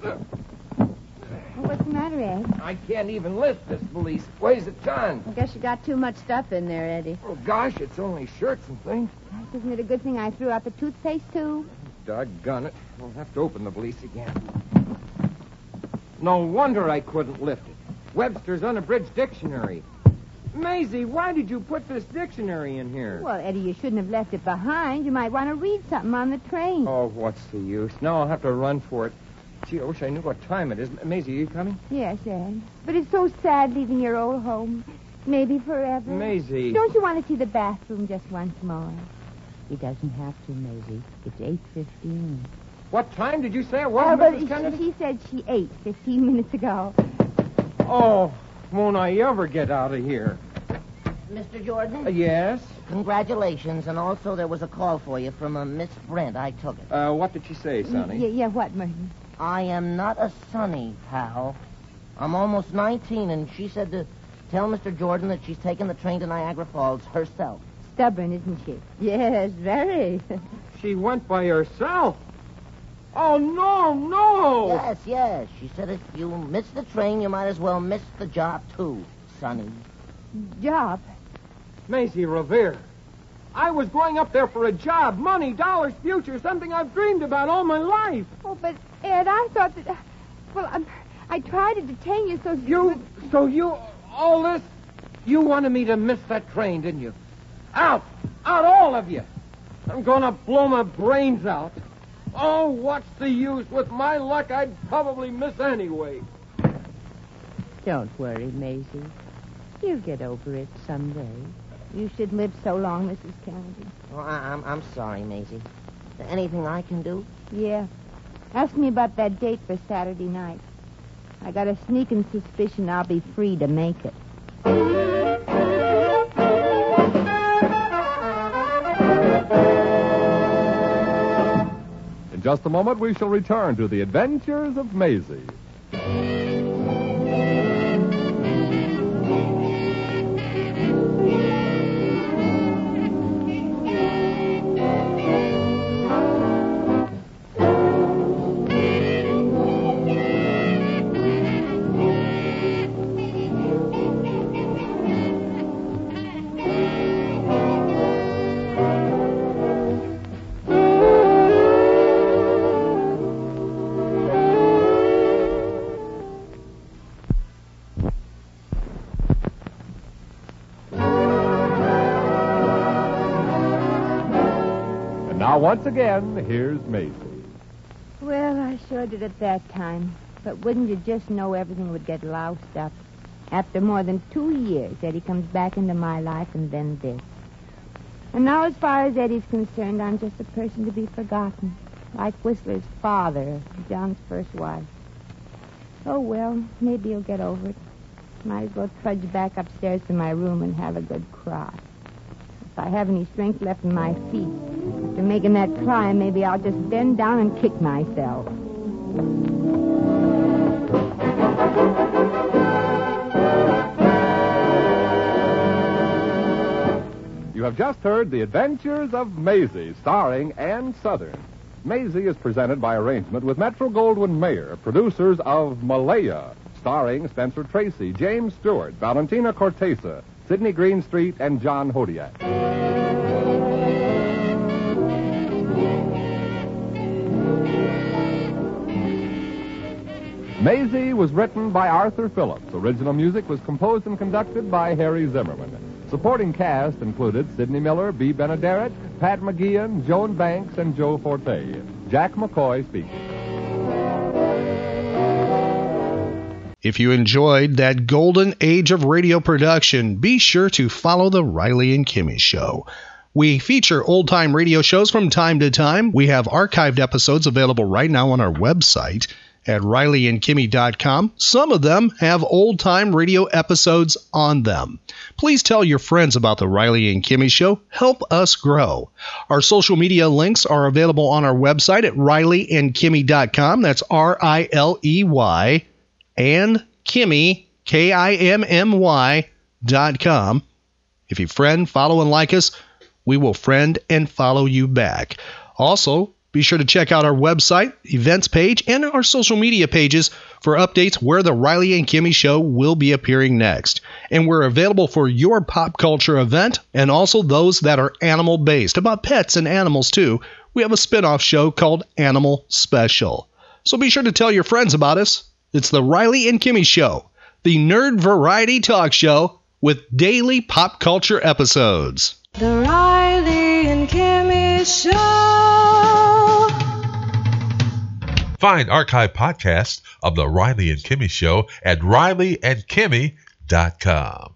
S18: What's the matter, Ed?
S8: I can't even lift this valise. Weighs a ton.
S3: I guess you got too much stuff in there, Eddie.
S8: Oh, gosh, it's only shirts and things.
S18: Isn't it a good thing I threw out the toothpaste tube?
S8: Doggone it. I'll have to open the valise again. No wonder I couldn't lift it. Webster's Unabridged Dictionary. Maisie, why did you put this dictionary in here?
S18: Well, Eddie, you shouldn't have left it behind. You might want to read something on the train.
S8: Oh, what's the use? Now I'll have to run for it. Gee, I wish I knew what time it is. M- Maisie, are you coming?
S18: Yes, Ed. But it's so sad leaving your old home. Maybe forever.
S8: Maisie.
S18: Don't you want to see the bathroom just once more?
S3: He doesn't have to, Maisie. It's eight fifteen.
S8: What time did you say it was,
S18: oh, but
S8: Mrs.
S18: she-
S8: Kennedy?
S18: she said she ate 15 minutes ago.
S8: Oh, won't I ever get out of here?
S2: Mr. Jordan?
S8: Uh, yes?
S2: Congratulations, and also there was a call for you from a Miss Brent. I took it.
S8: Uh, what did she say, Sonny?
S2: yeah,
S18: what, Merton?
S2: I am not a Sonny, pal. I'm almost 19, and she said to tell Mr. Jordan that she's taking the train to Niagara Falls herself.
S18: Stubborn, isn't she?
S3: Yes,
S18: <laughs>
S3: very.
S8: She went by herself. Oh, no, no!
S2: Yes, yes. She said if you miss the train, you might as well miss the job, too, Sonny.
S18: Job?
S8: Maisie Revere. I was going up there for a job, money, dollars, future, something I've dreamed about all my life.
S18: Oh, but, Ed, I thought that. Well, I'm, I tried to detain you so.
S8: You, so you, all this, you wanted me to miss that train, didn't you? Out! Out, all of you! I'm gonna blow my brains out. Oh, what's the use? With my luck, I'd probably miss anyway.
S3: Don't worry, Maisie. You'll get over it someday.
S18: You should live so long, Mrs. Kennedy.
S2: Oh, I- I'm-, I'm sorry, Maisie. Is there anything I can do?
S18: Yeah. Ask me about that date for Saturday night. I got a sneaking suspicion I'll be free to make it.
S21: And
S17: just a moment, we shall return to the adventures of Maisie. And now, once again, here's Maisie.
S18: Well, I sure did at that time. But wouldn't you just know everything would get loused up? After more than two years, Eddie comes back into my life and then this. And now, as far as Eddie's concerned, I'm just a person to be forgotten. Like Whistler's father, John's first wife. Oh, well, maybe he'll get over it. Might as well trudge back upstairs to my room and have a good cry. If I have any strength left in my feet, after making that climb, maybe I'll just bend down and kick myself.
S17: You have just heard The Adventures of Maisie, starring Ann Southern. Maisie is presented by arrangement with Metro Goldwyn Mayer, producers of Malaya, starring Spencer Tracy, James Stewart, Valentina Cortesa, Sidney Greenstreet, and John Hodiak. Maisie was written by Arthur Phillips. Original music was composed and conducted by Harry Zimmerman. Supporting cast included Sidney Miller, B. Benaderet, Pat McGeehan, Joan Banks, and Joe Forte. Jack McCoy speaking.
S4: If you enjoyed that golden age of radio production, be sure to follow the Riley and Kimmy Show. We feature old time radio shows from time to time. We have archived episodes available right now on our website at rileyandkimmy.com. Some of them have old time radio episodes on them. Please tell your friends about the Riley and Kimmy Show. Help us grow. Our social media links are available on our website at rileyandkimmy.com. That's R I L E Y and Kimmy, K I M M Y, dot com. If you friend, follow, and like us, we will friend and follow you back. Also, be sure to check out our website, events page, and our social media pages for updates where the Riley and Kimmy Show will be appearing next. And we're available for your pop culture event and also those that are animal based, about pets and animals too. We have a spin off show called Animal Special. So be sure to tell your friends about us. It's the Riley and Kimmy Show, the nerd variety talk show with daily pop culture episodes.
S5: The Riley and Kimmy Show.
S10: Find archive podcasts of The Riley and Kimmy Show at rileyandkimmy.com.